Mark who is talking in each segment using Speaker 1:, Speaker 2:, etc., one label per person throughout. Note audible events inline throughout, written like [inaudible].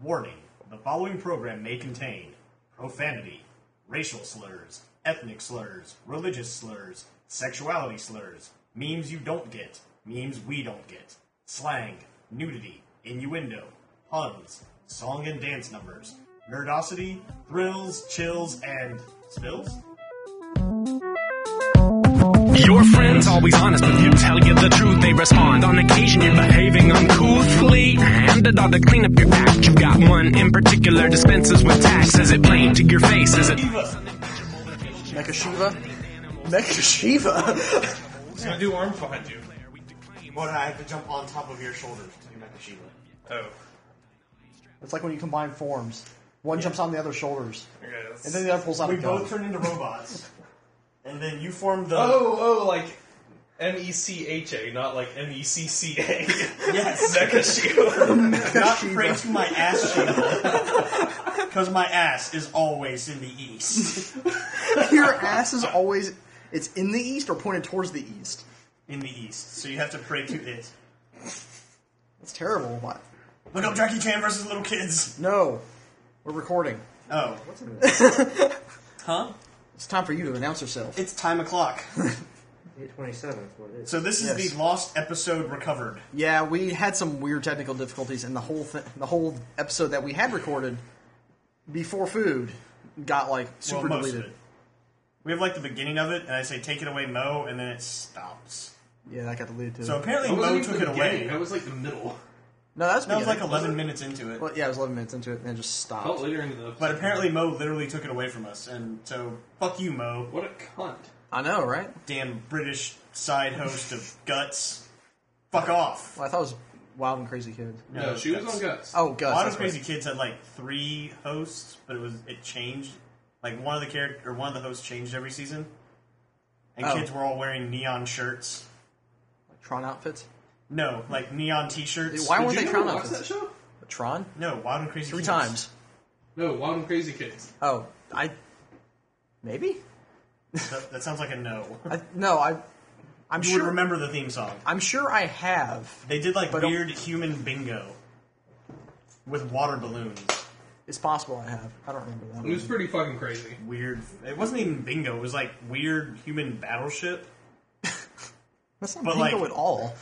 Speaker 1: Warning the following program may contain profanity, racial slurs, ethnic slurs, religious slurs, sexuality slurs, memes you don't get, memes we don't get, slang, nudity, innuendo, puns, song and dance numbers, nerdosity, thrills, chills, and spills?
Speaker 2: Your friend's always honest, if you tell you the truth, they respond. On occasion, you're behaving uncouthly. Handed all to clean up your act. You got one in particular, dispenses with tact. Says it plain to your face. Says it.
Speaker 3: Mekashiva? Mekashiva?
Speaker 4: I do arm behind you.
Speaker 1: Mona, I have to jump on top of your shoulders to do Makashima.
Speaker 4: Oh,
Speaker 3: [laughs] it's like when you combine forms. One jumps on the other's shoulders,
Speaker 4: okay. That's...
Speaker 3: and then the other pulls out
Speaker 1: We
Speaker 3: a gun.
Speaker 1: both
Speaker 3: [laughs]
Speaker 1: turn into robots, and then you form the.
Speaker 4: oh, oh, like M E C H A, not like M E C C A.
Speaker 1: [laughs]
Speaker 4: [laughs]
Speaker 1: Yes,
Speaker 4: Zekashu.
Speaker 1: not pray to my ass shield. [laughs] Because my ass is always in the east.
Speaker 3: Your ass is always it's in the east or pointed towards the east.
Speaker 1: In the east. So you have to pray to it.
Speaker 3: That's terrible. Why?
Speaker 1: Look up Jackie Chan versus Little Kids.
Speaker 3: No, we're recording.
Speaker 1: Oh. [laughs] huh?
Speaker 3: It's time for you to announce yourself.
Speaker 1: It's time o'clock.
Speaker 5: 827 is what it is.
Speaker 1: So this is
Speaker 3: Yes.
Speaker 1: the lost episode recovered.
Speaker 3: Yeah, we had some weird technical difficulties, and the whole thi- the whole episode that we had recorded before food got like
Speaker 1: Well,
Speaker 3: super
Speaker 1: most of
Speaker 3: deleted.
Speaker 1: it. We have like the beginning of it, and I say take it away, Mo, and then it stops.
Speaker 3: Yeah, that got deleted too.
Speaker 1: So apparently Mo took it away.
Speaker 4: was like the middle.
Speaker 3: no, that's
Speaker 1: That was like 11 minutes into it.
Speaker 3: Well, yeah, it was eleven minutes into it, and it just stopped.
Speaker 4: Felt Oh, later in the.
Speaker 1: But apparently Mo literally took it away from us, and so fuck you, Mo,
Speaker 4: what a cunt.
Speaker 3: I know, right?
Speaker 1: damn British side host of guts. Fuck off.
Speaker 3: Well, I thought it was Wild and Crazy Kids.
Speaker 4: No, she was on guts.
Speaker 3: Oh, Gus.
Speaker 1: Modern
Speaker 3: that's right.
Speaker 1: Crazy Kids had like three hosts, but it was it changed. Like one of the character or one of the hosts changed every season, and
Speaker 3: Oh.
Speaker 1: kids were all wearing neon shirts.
Speaker 3: Tron outfits.
Speaker 1: No, like neon T-shirts.
Speaker 3: Why
Speaker 4: Did
Speaker 3: weren't
Speaker 4: you
Speaker 3: they
Speaker 4: ever
Speaker 3: Tron
Speaker 4: watch
Speaker 3: outfits?
Speaker 4: that show?
Speaker 3: Tron?
Speaker 1: No, Wild and Crazy
Speaker 3: Three
Speaker 1: Kids.
Speaker 3: times.
Speaker 4: No, Wild and Crazy Kids.
Speaker 3: Oh, I. Maybe?
Speaker 1: [laughs] That, that sounds like a
Speaker 3: [laughs]
Speaker 1: no.
Speaker 3: I, no, I. I'm
Speaker 1: You
Speaker 3: sure.
Speaker 1: would remember the theme song.
Speaker 3: I'm sure I have.
Speaker 1: They did like
Speaker 3: But don't-
Speaker 1: weird human bingo with water balloons.
Speaker 3: It's possible I have. I don't remember that.
Speaker 4: It was pretty fucking crazy.
Speaker 1: Weird. It wasn't even bingo. It was like weird human battleship.
Speaker 3: That's not
Speaker 1: but,
Speaker 3: bingo
Speaker 1: like-
Speaker 3: at all.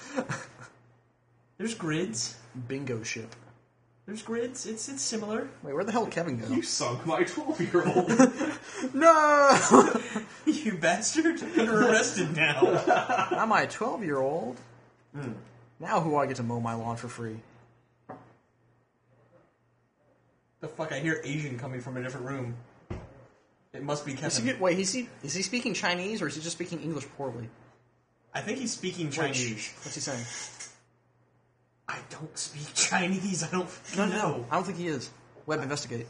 Speaker 1: There's grids.
Speaker 3: Bingo ship.
Speaker 1: There's grids. It's it's similar. [laughs]
Speaker 3: Wait, where the hell did Kevin go?
Speaker 4: You sunk my [laughs] 12 year old. [laughs]
Speaker 3: No!
Speaker 1: You bastard! You're arrested now.
Speaker 3: I'm a 12 year old.
Speaker 1: Hmm.
Speaker 3: Now who I get to mow my lawn for free?
Speaker 1: the fuck! I hear Asian coming from a different room. It must be
Speaker 3: Is
Speaker 1: Kevin.
Speaker 3: he, wait, is he, is he speaking Chinese or is he just speaking English poorly?
Speaker 1: I think he's speaking
Speaker 3: Wait,
Speaker 1: Chinese.
Speaker 3: shh, What's he saying?
Speaker 1: I don't speak [laughs] Chinese. I don't.
Speaker 3: No, no, no. I don't think he is. Web investigate.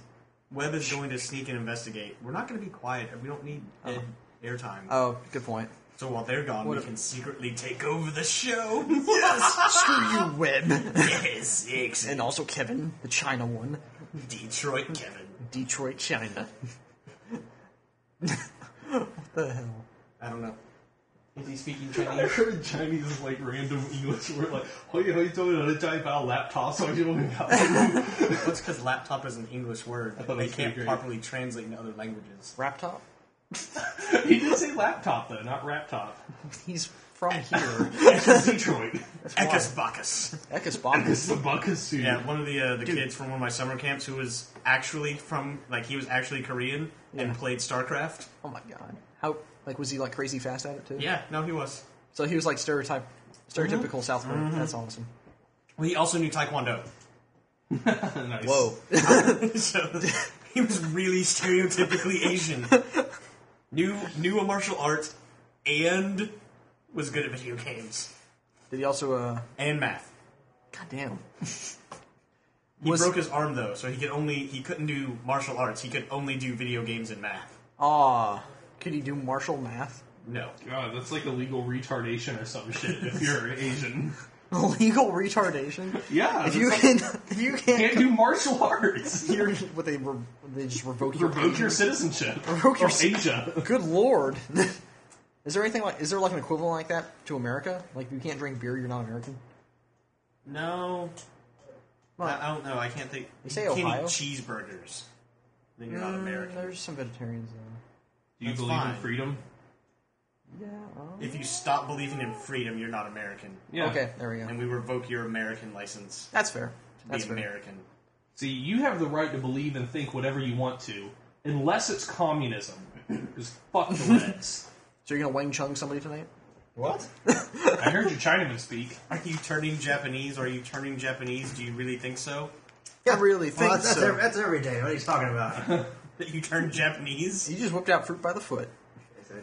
Speaker 1: Webb is going to sneak and investigate. We're not going to be quiet. We don't need air airtime.
Speaker 3: Oh, good
Speaker 1: [laughs]
Speaker 3: point.
Speaker 1: so while they're gone, we
Speaker 3: What-
Speaker 1: can secretly take over the [laughs] show. [laughs]
Speaker 3: Screw you, Web.
Speaker 1: yes, ex-
Speaker 3: and also Kevin, the China one.
Speaker 1: Detroit Kevin.
Speaker 3: Detroit, China. what the hell?
Speaker 1: I don't know. Is he speaking
Speaker 4: I
Speaker 1: Chinese?
Speaker 4: heard Chinese is like random English word like, oh, you know, you told me that a giant bow laptop, so you don't
Speaker 1: That's because laptop is an English word.
Speaker 4: thought it
Speaker 1: They
Speaker 4: was
Speaker 1: can't
Speaker 4: pretty great.
Speaker 1: properly translate into other languages.
Speaker 3: Raptop?
Speaker 4: [laughs] He did say laptop though, not laptop.
Speaker 3: He's
Speaker 1: [laughs]
Speaker 3: from here.
Speaker 4: It's [laughs] Detroit.
Speaker 1: Ekus Bacchus.
Speaker 3: Ekus
Speaker 4: It's
Speaker 3: Bacchus.
Speaker 4: the Buckus suit.
Speaker 1: Yeah, one of the uh, the kids from one of my summer camps who was actually from like he was actually Korean and
Speaker 3: Yeah.
Speaker 1: played StarCraft.
Speaker 3: Oh my god. How, like, was he, like, crazy fast at it, too?
Speaker 1: Yeah, no, he was.
Speaker 3: So he was, like, stereotype, stereotypical South Korean. That's awesome.
Speaker 1: Well, he also knew Taekwondo, [laughs]
Speaker 4: nice.
Speaker 1: so [laughs] he was really stereotypically Asian. knew knew a martial art and was good at video games
Speaker 3: Did he also, uh,
Speaker 1: and math.
Speaker 3: god damn.
Speaker 1: He
Speaker 3: Was-
Speaker 1: broke his arm though, so he could only he couldn't do martial arts. He could only do video games and math.
Speaker 3: Ah, could he do martial math? [laughs]
Speaker 1: No,
Speaker 4: God, that's like illegal retardation or some shit if you're [laughs] Asian.
Speaker 3: Legal retardation?
Speaker 4: Yeah.
Speaker 3: If you
Speaker 4: that's
Speaker 3: can, if you
Speaker 4: like-
Speaker 3: can't,
Speaker 4: can't do martial arts.
Speaker 3: you're, what they re- they just revoke your
Speaker 4: [laughs] Revoke your citizenship.
Speaker 3: [laughs] Revoke your
Speaker 4: Of
Speaker 3: ci-
Speaker 4: Asia.
Speaker 3: Good lord. [laughs] is there anything like is there like an equivalent like that to America? Like if you can't drink beer, you're not American?
Speaker 1: no. I, I don't know. I can't think. You
Speaker 3: say
Speaker 1: can't
Speaker 3: Ohio?
Speaker 1: eat cheeseburgers. Then you're not American.
Speaker 3: There's some vegetarians there.
Speaker 4: Do you
Speaker 1: That's
Speaker 4: believe in
Speaker 1: fine.
Speaker 4: freedom?
Speaker 3: Yeah. oh.
Speaker 1: If you stop believing in freedom, you're not American.
Speaker 4: Yeah.
Speaker 3: Okay, there we
Speaker 1: And
Speaker 3: go.
Speaker 1: we revoke your American license
Speaker 3: That's fair.
Speaker 1: to
Speaker 3: That's
Speaker 1: be
Speaker 3: fair.
Speaker 1: American.
Speaker 4: See, you have the right to believe and think whatever you want to, unless it's communism. Because fuck the
Speaker 3: [laughs]
Speaker 4: Reds.
Speaker 3: So you're gonna Wang Chung somebody tonight?
Speaker 1: What?
Speaker 4: I heard you Chinaman speak.
Speaker 1: Are you turning Japanese? Are you turning Japanese? Do you really think so?
Speaker 3: I really think
Speaker 5: that's, that's,
Speaker 3: so.
Speaker 5: every, that's every day. What are you talking about?
Speaker 1: That you
Speaker 3: [laughs]
Speaker 1: turn Japanese?
Speaker 3: You just whipped out fruit by the foot.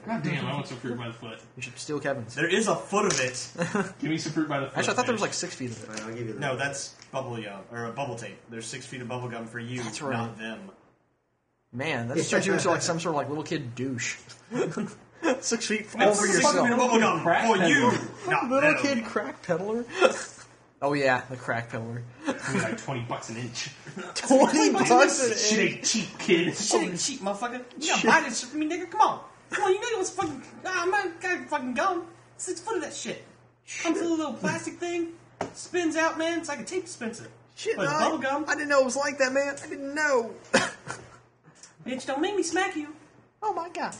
Speaker 4: God damn, I want some fruit by the foot.
Speaker 3: You should steal Kevin's.
Speaker 1: There is a foot of it.
Speaker 4: Give me some fruit by the foot.
Speaker 3: Actually, I thought there was
Speaker 4: man.
Speaker 3: like six feet of it.
Speaker 5: Fine, I'll give you the
Speaker 1: No, that's bubble gum or a bubble tape. There's six feet of bubble gum for you,
Speaker 3: That's right.
Speaker 1: not them.
Speaker 3: Man, that just turns you into like some sort of like little kid douche. six feet over
Speaker 1: Six
Speaker 3: yourself.
Speaker 1: feet of bubble gum
Speaker 4: Crack
Speaker 1: for
Speaker 4: that
Speaker 1: you, not
Speaker 3: [laughs] Little
Speaker 1: them.
Speaker 3: kid crack peddler. [laughs] oh yeah, the crack peddler.
Speaker 4: Give me, like twenty bucks an inch.
Speaker 3: Twenty bucks
Speaker 4: Shit
Speaker 3: an inch.
Speaker 4: ain't cheap, kid.
Speaker 1: Shit, cheap motherfucker. You gotta buy this shit for me, nigga. Come on. Come on, you know it was fucking. Nah, I'm not got fucking gum. Six foot of that shit. Comes in a little plastic thing, spins out, man. It's like a tape dispenser.
Speaker 3: Shit,
Speaker 1: But it's
Speaker 3: I-
Speaker 1: bubble gum.
Speaker 3: I didn't know it was like that, man. I didn't know.
Speaker 1: Bitch, don't make me smack you.
Speaker 3: oh my god.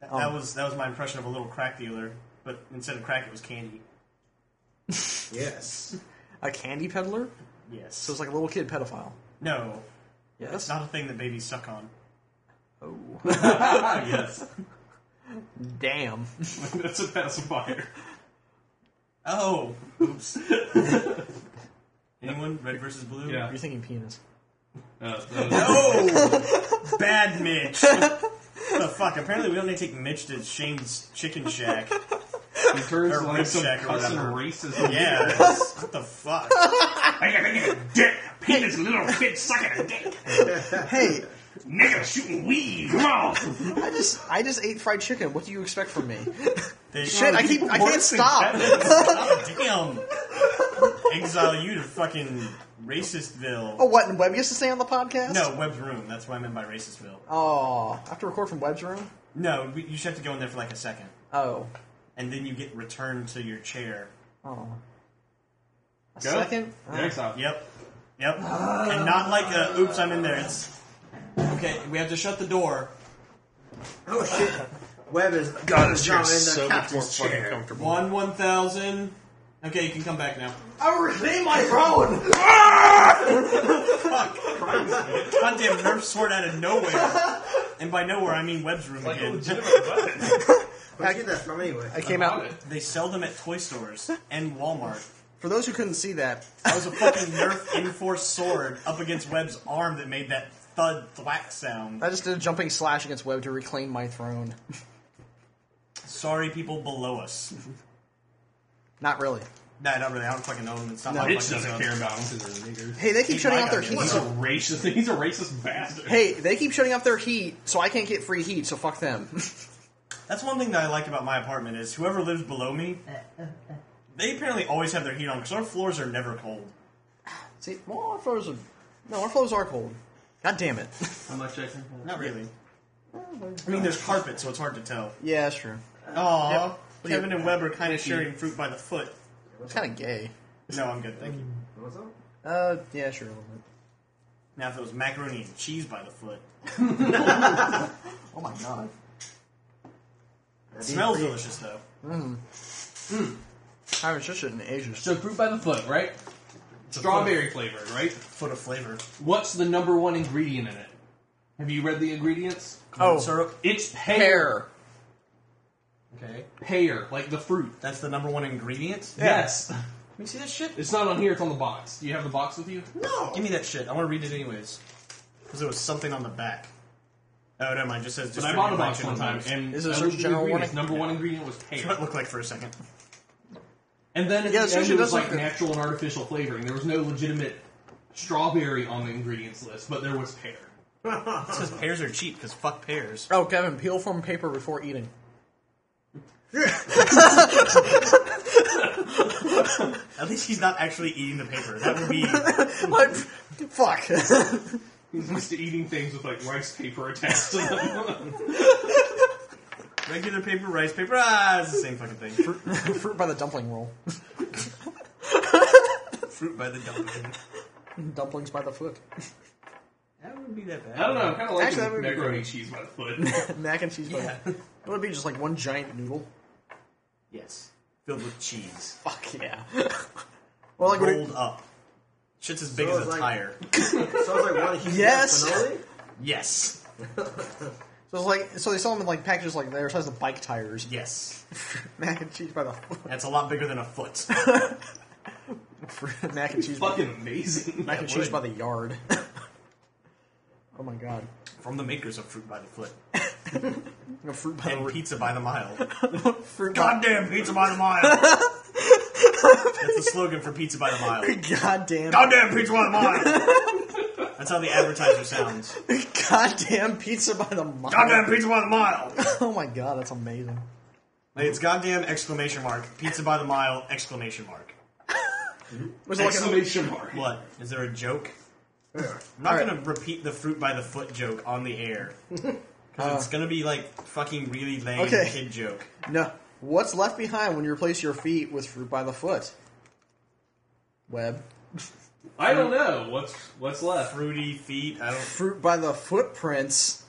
Speaker 1: That, was that was my impression of a little crack dealer, but instead of crack, it was candy.
Speaker 5: Yes.
Speaker 3: A candy peddler?
Speaker 1: Yes.
Speaker 3: So it's like a little kid pedophile.
Speaker 1: no,
Speaker 3: Yes.
Speaker 1: it's not a thing that babies suck on.
Speaker 4: yes,
Speaker 3: Damn.
Speaker 4: Ah, [laughs] that's a pacifier.
Speaker 1: [laughs] Oh, oops. Anyone? Red versus blue?
Speaker 4: Yeah.
Speaker 3: You're thinking penis.
Speaker 4: Uh,
Speaker 3: [laughs]
Speaker 4: that was-
Speaker 1: Oh, bad Mitch. the fuck? Apparently, we only take Mitch to Shane's Chicken Shack.
Speaker 4: he turns
Speaker 1: Or
Speaker 4: like
Speaker 1: Rib
Speaker 4: some
Speaker 1: Shack or
Speaker 4: cussing
Speaker 1: whatever.
Speaker 4: racist.
Speaker 1: Yeah. that's- What the fuck?
Speaker 4: I got a nigga dick, penis, little bitch sucking a dick,
Speaker 3: Hey,
Speaker 4: nigga shooting weed. Come on,
Speaker 3: I just I just ate fried chicken. What do you expect from me?
Speaker 1: They-
Speaker 3: Shit, I keep I
Speaker 1: [laughs]
Speaker 3: can't [laughs] stop.
Speaker 1: God damn. Exile you to fucking Racistville.
Speaker 3: Oh, what? And Webb gets to stay on the podcast?
Speaker 1: No, Webb's room. That's what I meant by Racistville.
Speaker 3: Oh, I have to record from Webb's room.
Speaker 1: No, we- you should have to go in there for like a second.
Speaker 3: Oh,
Speaker 1: And then you get returned to your chair.
Speaker 3: oh. A second. Oh.
Speaker 4: Next up.
Speaker 1: Yep. Yep. and not like a, oops, I'm in there. It's, okay, we have to shut the door.
Speaker 5: Oh shit.
Speaker 6: [laughs]
Speaker 5: Webb is God is
Speaker 3: Oh.
Speaker 6: You're so much more fucking comfortable.
Speaker 1: One, one thousand. Okay, you can come back now.
Speaker 5: I reclaim my throne.
Speaker 1: Fuck. Goddamn Nerf sword out of nowhere. And by nowhere, I mean Webb's room
Speaker 6: Like a
Speaker 1: again.
Speaker 6: legitimate weapon.
Speaker 5: Where'd you get that from anyway?
Speaker 3: I came out.
Speaker 1: They sell them at toy stores and Walmart.
Speaker 3: For those who couldn't see that,
Speaker 1: That was a fucking Nerf enforced sword up against Webb's arm that made that thud thwack sound.
Speaker 3: I just did a jumping slash against Webb to reclaim my throne. [laughs]
Speaker 1: Sorry, people below us.
Speaker 3: Not really.
Speaker 1: Nah, not really. I don't fucking know them. It's not my
Speaker 4: Bitch
Speaker 1: fucking
Speaker 4: doesn't
Speaker 1: zone.
Speaker 4: care about him because they're niggers.
Speaker 3: Hey, they keep
Speaker 1: Hey,
Speaker 3: shutting
Speaker 1: Mike,
Speaker 3: off their
Speaker 1: I mean,
Speaker 3: heat.
Speaker 1: what's
Speaker 4: He's
Speaker 3: so-
Speaker 4: a racist. He's a racist bastard.
Speaker 3: hey, they keep shutting off their heat, so I can't get free heat. So fuck them. [laughs]
Speaker 1: That's one thing that I like about my apartment is whoever lives below me, they apparently always have their heat on because our floors are never cold.
Speaker 3: see, well, our floors are no, our floors are cold. God damn it.
Speaker 4: How much I can?
Speaker 1: Not really. I mean, there's carpet, so it's hard to tell.
Speaker 3: yeah, that's true.
Speaker 1: Aw,
Speaker 3: Yep.
Speaker 1: Kevin and Webb are kind of sharing fruit by the foot.
Speaker 3: It's kind of gay.
Speaker 1: No, I'm good, thank you.
Speaker 5: What's up?
Speaker 3: Uh, yeah, sure, a little bit.
Speaker 1: Now, if it was macaroni and cheese by the [laughs] foot,
Speaker 3: Oh my god.
Speaker 1: it smells delicious though.
Speaker 3: I was just in Asia.
Speaker 4: So fruit by the foot, right? Strawberry flavored, right?
Speaker 1: Foot of flavor.
Speaker 4: What's the number one ingredient in it? Have you read the ingredients?
Speaker 3: Oh,
Speaker 1: Syrup.
Speaker 4: It's pear.
Speaker 3: hair.
Speaker 1: Okay.
Speaker 4: Pear, like the fruit.
Speaker 1: That's the number one ingredient.
Speaker 4: Yes.
Speaker 1: Let me see that shit.
Speaker 4: It's not on here. It's on the box. Do you have the box with you?
Speaker 1: No. Give me that shit. I want to read it anyways. Because there was something on the back. Oh, never mind. It just says.
Speaker 4: But I bought
Speaker 1: distributed
Speaker 4: a
Speaker 1: by
Speaker 4: box one
Speaker 1: General
Speaker 4: time,
Speaker 1: Mills.
Speaker 4: and
Speaker 3: Is it
Speaker 4: I
Speaker 3: a
Speaker 4: looked at the
Speaker 3: general
Speaker 4: ingredients.
Speaker 3: warning?
Speaker 4: Number one ingredient was
Speaker 1: That's what it
Speaker 4: pear.
Speaker 1: looked like for a second.
Speaker 4: And then at
Speaker 3: Yeah, it
Speaker 4: the end,
Speaker 3: actually
Speaker 4: it was
Speaker 3: does
Speaker 4: like
Speaker 3: look good.
Speaker 4: natural and artificial flavoring. There was no legitimate strawberry on the ingredients list, but there was pear.
Speaker 1: It says pears are cheap because fuck pears.
Speaker 3: Oh, Kevin, peel from paper before eating.
Speaker 1: At least he's not actually eating the paper. That would [laughs] be
Speaker 3: What? Fuck.
Speaker 4: He's used to eating things with like rice paper attached to them. [laughs]
Speaker 1: regular paper, rice paper. Ah, it's the same fucking thing. Fruit,
Speaker 3: Fruit by the dumpling roll.
Speaker 1: fruit by the dumpling.
Speaker 3: Dumplings by the foot. [laughs]
Speaker 5: That wouldn't be that bad.
Speaker 4: I don't know. I'm kind of
Speaker 3: Actually, that
Speaker 4: liking
Speaker 3: would be
Speaker 4: macaroni
Speaker 3: great.
Speaker 4: and cheese by the foot. [laughs]
Speaker 3: Mac and cheese. Yeah. It would be just like one giant noodle.
Speaker 1: [laughs] Yes. Filled with cheese.
Speaker 3: Fuck yeah. [laughs] well, like, would it-
Speaker 1: Rolled up. Shit's as big
Speaker 5: So
Speaker 1: as
Speaker 5: it's
Speaker 1: a
Speaker 5: like-
Speaker 1: tire.
Speaker 5: Sounds like one [laughs] huge
Speaker 3: Yes.
Speaker 5: finale.
Speaker 1: Yes.
Speaker 3: so it's like so they sell them in like packages like their size of bike tires.
Speaker 1: Yes.
Speaker 3: Mac and cheese by
Speaker 1: [laughs]
Speaker 3: the foot.
Speaker 1: That's a lot bigger than a [laughs] foot.
Speaker 3: Mac and cheese. By,
Speaker 4: Fucking
Speaker 3: [laughs]
Speaker 4: amazing.
Speaker 3: mac and cheese by the yard. [laughs] oh my god.
Speaker 1: From the makers of Fruit by the Foot.
Speaker 3: No, fruit by the
Speaker 1: And
Speaker 3: ri-
Speaker 1: Pizza by the Mile.
Speaker 3: fruit by-
Speaker 1: Oh, [laughs] Goddamn Pizza by the Mile! That's the slogan for Pizza by the Mile.
Speaker 3: [laughs] Goddamn.
Speaker 1: Goddamn Pizza by the Mile! [laughs] That's how the advertiser sounds.
Speaker 3: Goddamn pizza by the mile.
Speaker 1: Goddamn Pizza by the Mile!
Speaker 3: [laughs] Oh my god, that's amazing.
Speaker 1: Like, it's goddamn exclamation mark, pizza by the mile, exclamation mark.
Speaker 3: Was it like an-
Speaker 4: Exclamation mark.
Speaker 1: What? Is there a joke? I'm not
Speaker 3: Alright.
Speaker 1: gonna repeat the fruit by the foot joke on the
Speaker 3: [laughs]
Speaker 1: air. Because it's gonna be like fucking really lame
Speaker 3: Uh. Okay.
Speaker 1: kid joke.
Speaker 3: No. What's left behind when you replace your feet with fruit by the foot? Web.
Speaker 4: I
Speaker 3: um,
Speaker 4: don't know. What's what's left?
Speaker 1: Fruity feet, I don't. [laughs]
Speaker 3: Fruit by the footprints.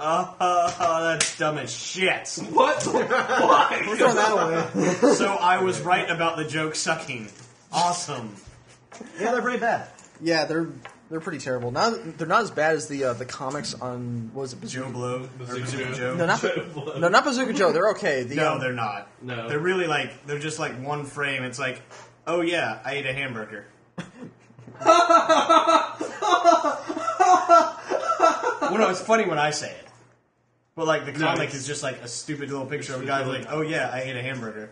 Speaker 1: Oh, that's dumb as shit. So
Speaker 3: [laughs]
Speaker 4: What? Why?
Speaker 3: Throw that away.
Speaker 1: I was right about the joke sucking. Awesome.
Speaker 5: Yeah, they're pretty bad.
Speaker 3: yeah, they're they're pretty terrible. Not they're not as bad as the uh, the comics on what was it? Bazooka?
Speaker 1: Joe Blow. or Bazooka Joe.
Speaker 3: No, not no, not Bazooka Joe. They're okay. The,
Speaker 1: No,
Speaker 3: um,
Speaker 1: they're not.
Speaker 4: No.
Speaker 1: They're really like, they're just like one frame. It's like, oh yeah, I ate a hamburger.
Speaker 3: [laughs]
Speaker 1: well, no, it's funny when I say it. But like the comic
Speaker 4: it's-
Speaker 1: is just like a stupid little picture of a guy like, oh yeah, I ate a hamburger.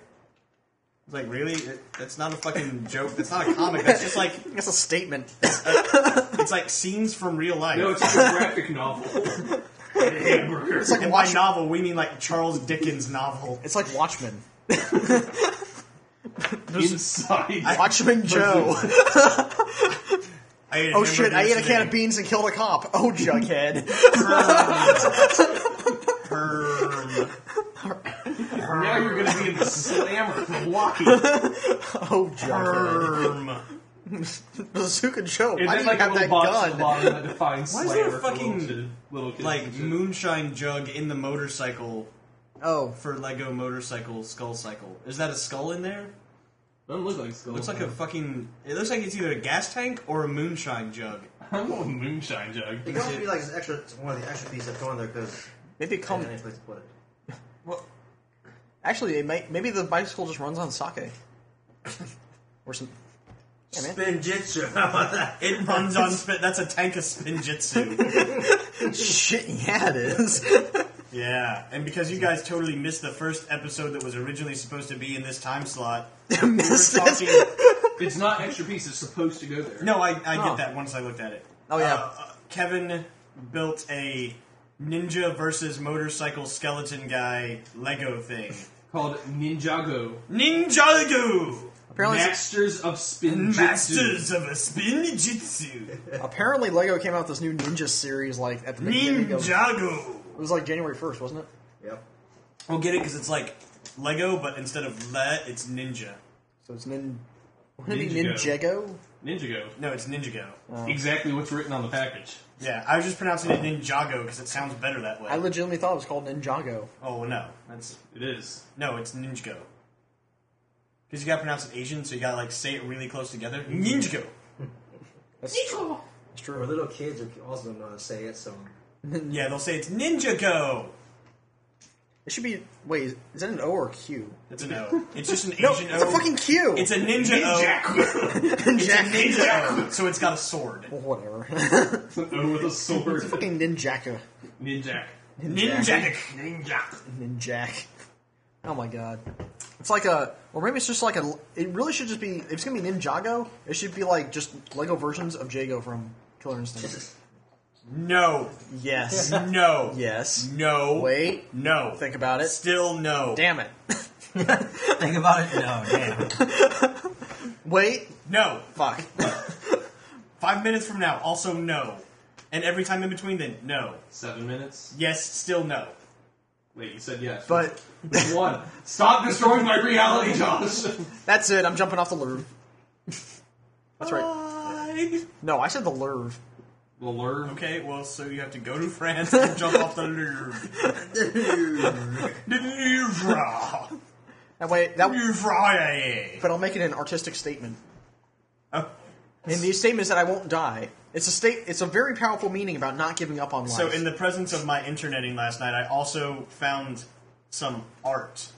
Speaker 1: It's like, really? It, that's not a fucking joke. That's not a comic. That's just like,
Speaker 3: That's a statement.
Speaker 1: it's like scenes from real life.
Speaker 4: [laughs] No, it's just a graphic novel. [laughs] Hamburger.
Speaker 1: and by novel, we mean like Charles Dickens novel.
Speaker 3: it's like Watchmen.
Speaker 4: Inside.
Speaker 3: Watchmen Joe.
Speaker 1: I ate a
Speaker 3: Oh [laughs] shit! I ate a can of
Speaker 1: beans.
Speaker 3: beans and killed a cop. Oh, Jughead.
Speaker 4: now you're going to be in the slammer for Milwaukee.
Speaker 3: Oh, Jughead.
Speaker 1: Erm.
Speaker 3: Bazooka Joe.
Speaker 4: And
Speaker 3: Why do
Speaker 4: then
Speaker 3: you
Speaker 4: like a
Speaker 3: have that
Speaker 4: little box at the
Speaker 3: gun?
Speaker 4: bottom that defines
Speaker 1: Why is there
Speaker 4: slammer
Speaker 1: a
Speaker 4: for
Speaker 1: fucking,
Speaker 4: little, kid- little kids
Speaker 1: like
Speaker 4: and shit.
Speaker 1: moonshine jug in the motorcycle
Speaker 3: Oh,
Speaker 1: for Lego motorcycle skull cycle. Is that a skull in there?
Speaker 4: Doesn't look like skull.
Speaker 1: Looks like
Speaker 3: Mm-hmm.
Speaker 1: a fucking. It looks like it's either a gas tank or a moonshine jug.
Speaker 4: I want a moonshine jug.
Speaker 5: It could also be like this extra, it's one of the extra pieces that's going there because
Speaker 3: maybe
Speaker 5: I
Speaker 3: come.
Speaker 5: don't have any place to put it.
Speaker 3: Actually, it might, maybe the bicycle just runs on sake. [laughs] or some. Yeah, man.
Speaker 5: Spinjitzu. How about that?
Speaker 1: [laughs] It runs on spin. That's a tank of
Speaker 3: [laughs]
Speaker 1: spinjitzu.
Speaker 3: Shit, yeah, it is. [laughs]
Speaker 1: yeah, and because you guys totally missed the first episode that was originally supposed to be in this time slot, we're
Speaker 3: [laughs] Missed it.
Speaker 1: talking.
Speaker 3: [laughs]
Speaker 4: It's not extra piece. It's supposed to go there.
Speaker 1: No, I, I
Speaker 3: Oh.
Speaker 1: get that once I looked at it.
Speaker 3: Oh, yeah.
Speaker 1: Uh, uh, Kevin built a ninja versus motorcycle skeleton guy Lego thing.
Speaker 4: Called Ninjago.
Speaker 1: Ninjago!
Speaker 3: Apparently,
Speaker 4: Masters of Spin Jitsu.
Speaker 1: Masters of a Spin
Speaker 3: [laughs]
Speaker 1: Jitsu!
Speaker 3: apparently, Lego came out with this new ninja series like at the beginning of. It
Speaker 1: Ninjago!
Speaker 3: was like January first, wasn't it?
Speaker 5: Yep.
Speaker 1: We'll get it because it's like Lego, but instead of le, it's ninja.
Speaker 3: So it's nin. Wouldn't it be
Speaker 4: Ninjago.
Speaker 3: Ninjago?
Speaker 4: Ninjago.
Speaker 1: No, it's Ninjago.
Speaker 4: Exactly what's written on the package.
Speaker 1: Yeah, I was just pronouncing it Ninjago because it sounds better that way.
Speaker 3: I legitimately thought it was called Ninjago.
Speaker 1: oh, no. That's
Speaker 4: It is.
Speaker 1: No, it's Ninjago. Because you gotta pronounce it Asian, so you gotta like say it really close together. Ninjago!
Speaker 3: That's, that's
Speaker 5: Or
Speaker 3: true.
Speaker 5: little kids are also know how to say it, so
Speaker 1: Yeah, they'll say it's Ninjago!
Speaker 3: It should be. Wait, is that an O or a Q?
Speaker 1: It's a no. It's just an Asian
Speaker 3: No,
Speaker 1: O.
Speaker 3: it's a fucking Q.
Speaker 1: It's a ninja O. It's a
Speaker 3: Ninjago.
Speaker 1: ninja O. So it's got a sword.
Speaker 3: Well, [laughs] whatever. [laughs]
Speaker 4: It's an O with a [laughs] sword.
Speaker 3: fucking Ninjaka.
Speaker 4: Ninjak.
Speaker 1: Ninja.
Speaker 4: Ninjak.
Speaker 3: and Jack. Oh my god. It's like a, or maybe it's just like a. It really should just be. If it's gonna be Ninjago, it should be like just Lego versions of Jago from Killer Instinct.
Speaker 1: No.
Speaker 5: [laughs]
Speaker 3: Yes.
Speaker 1: No.
Speaker 3: yes.
Speaker 1: No.
Speaker 3: Wait.
Speaker 1: No.
Speaker 3: Think about it.
Speaker 1: Still no.
Speaker 3: Damn it.
Speaker 5: [laughs] think about it. No, damn.
Speaker 3: Wait.
Speaker 1: No.
Speaker 3: Fuck.
Speaker 1: Five minutes from now, also no. And every time in between, then no.
Speaker 4: Seven minutes.
Speaker 1: Yes, still no.
Speaker 4: Wait, you said yes. [laughs]
Speaker 3: But
Speaker 4: Which one. Stop destroying my [laughs] reality, Josh.
Speaker 1: Ah.
Speaker 3: that's it. I'm jumping off the loop. That's right.
Speaker 1: I
Speaker 6: thing?
Speaker 3: No, I said the Lerv.
Speaker 4: The lure.
Speaker 1: Okay, well, so you have to go to France and jump off the
Speaker 3: [laughs]
Speaker 1: Louvre. The Louvre.
Speaker 3: That way, that
Speaker 1: Louvre.
Speaker 3: but I'll make it an artistic statement.
Speaker 1: Oh,
Speaker 3: And the statement is that I won't die. It's a state. It's a very powerful meaning about not giving up on life.
Speaker 1: So, in the presence of my interneting last night, I also found some art.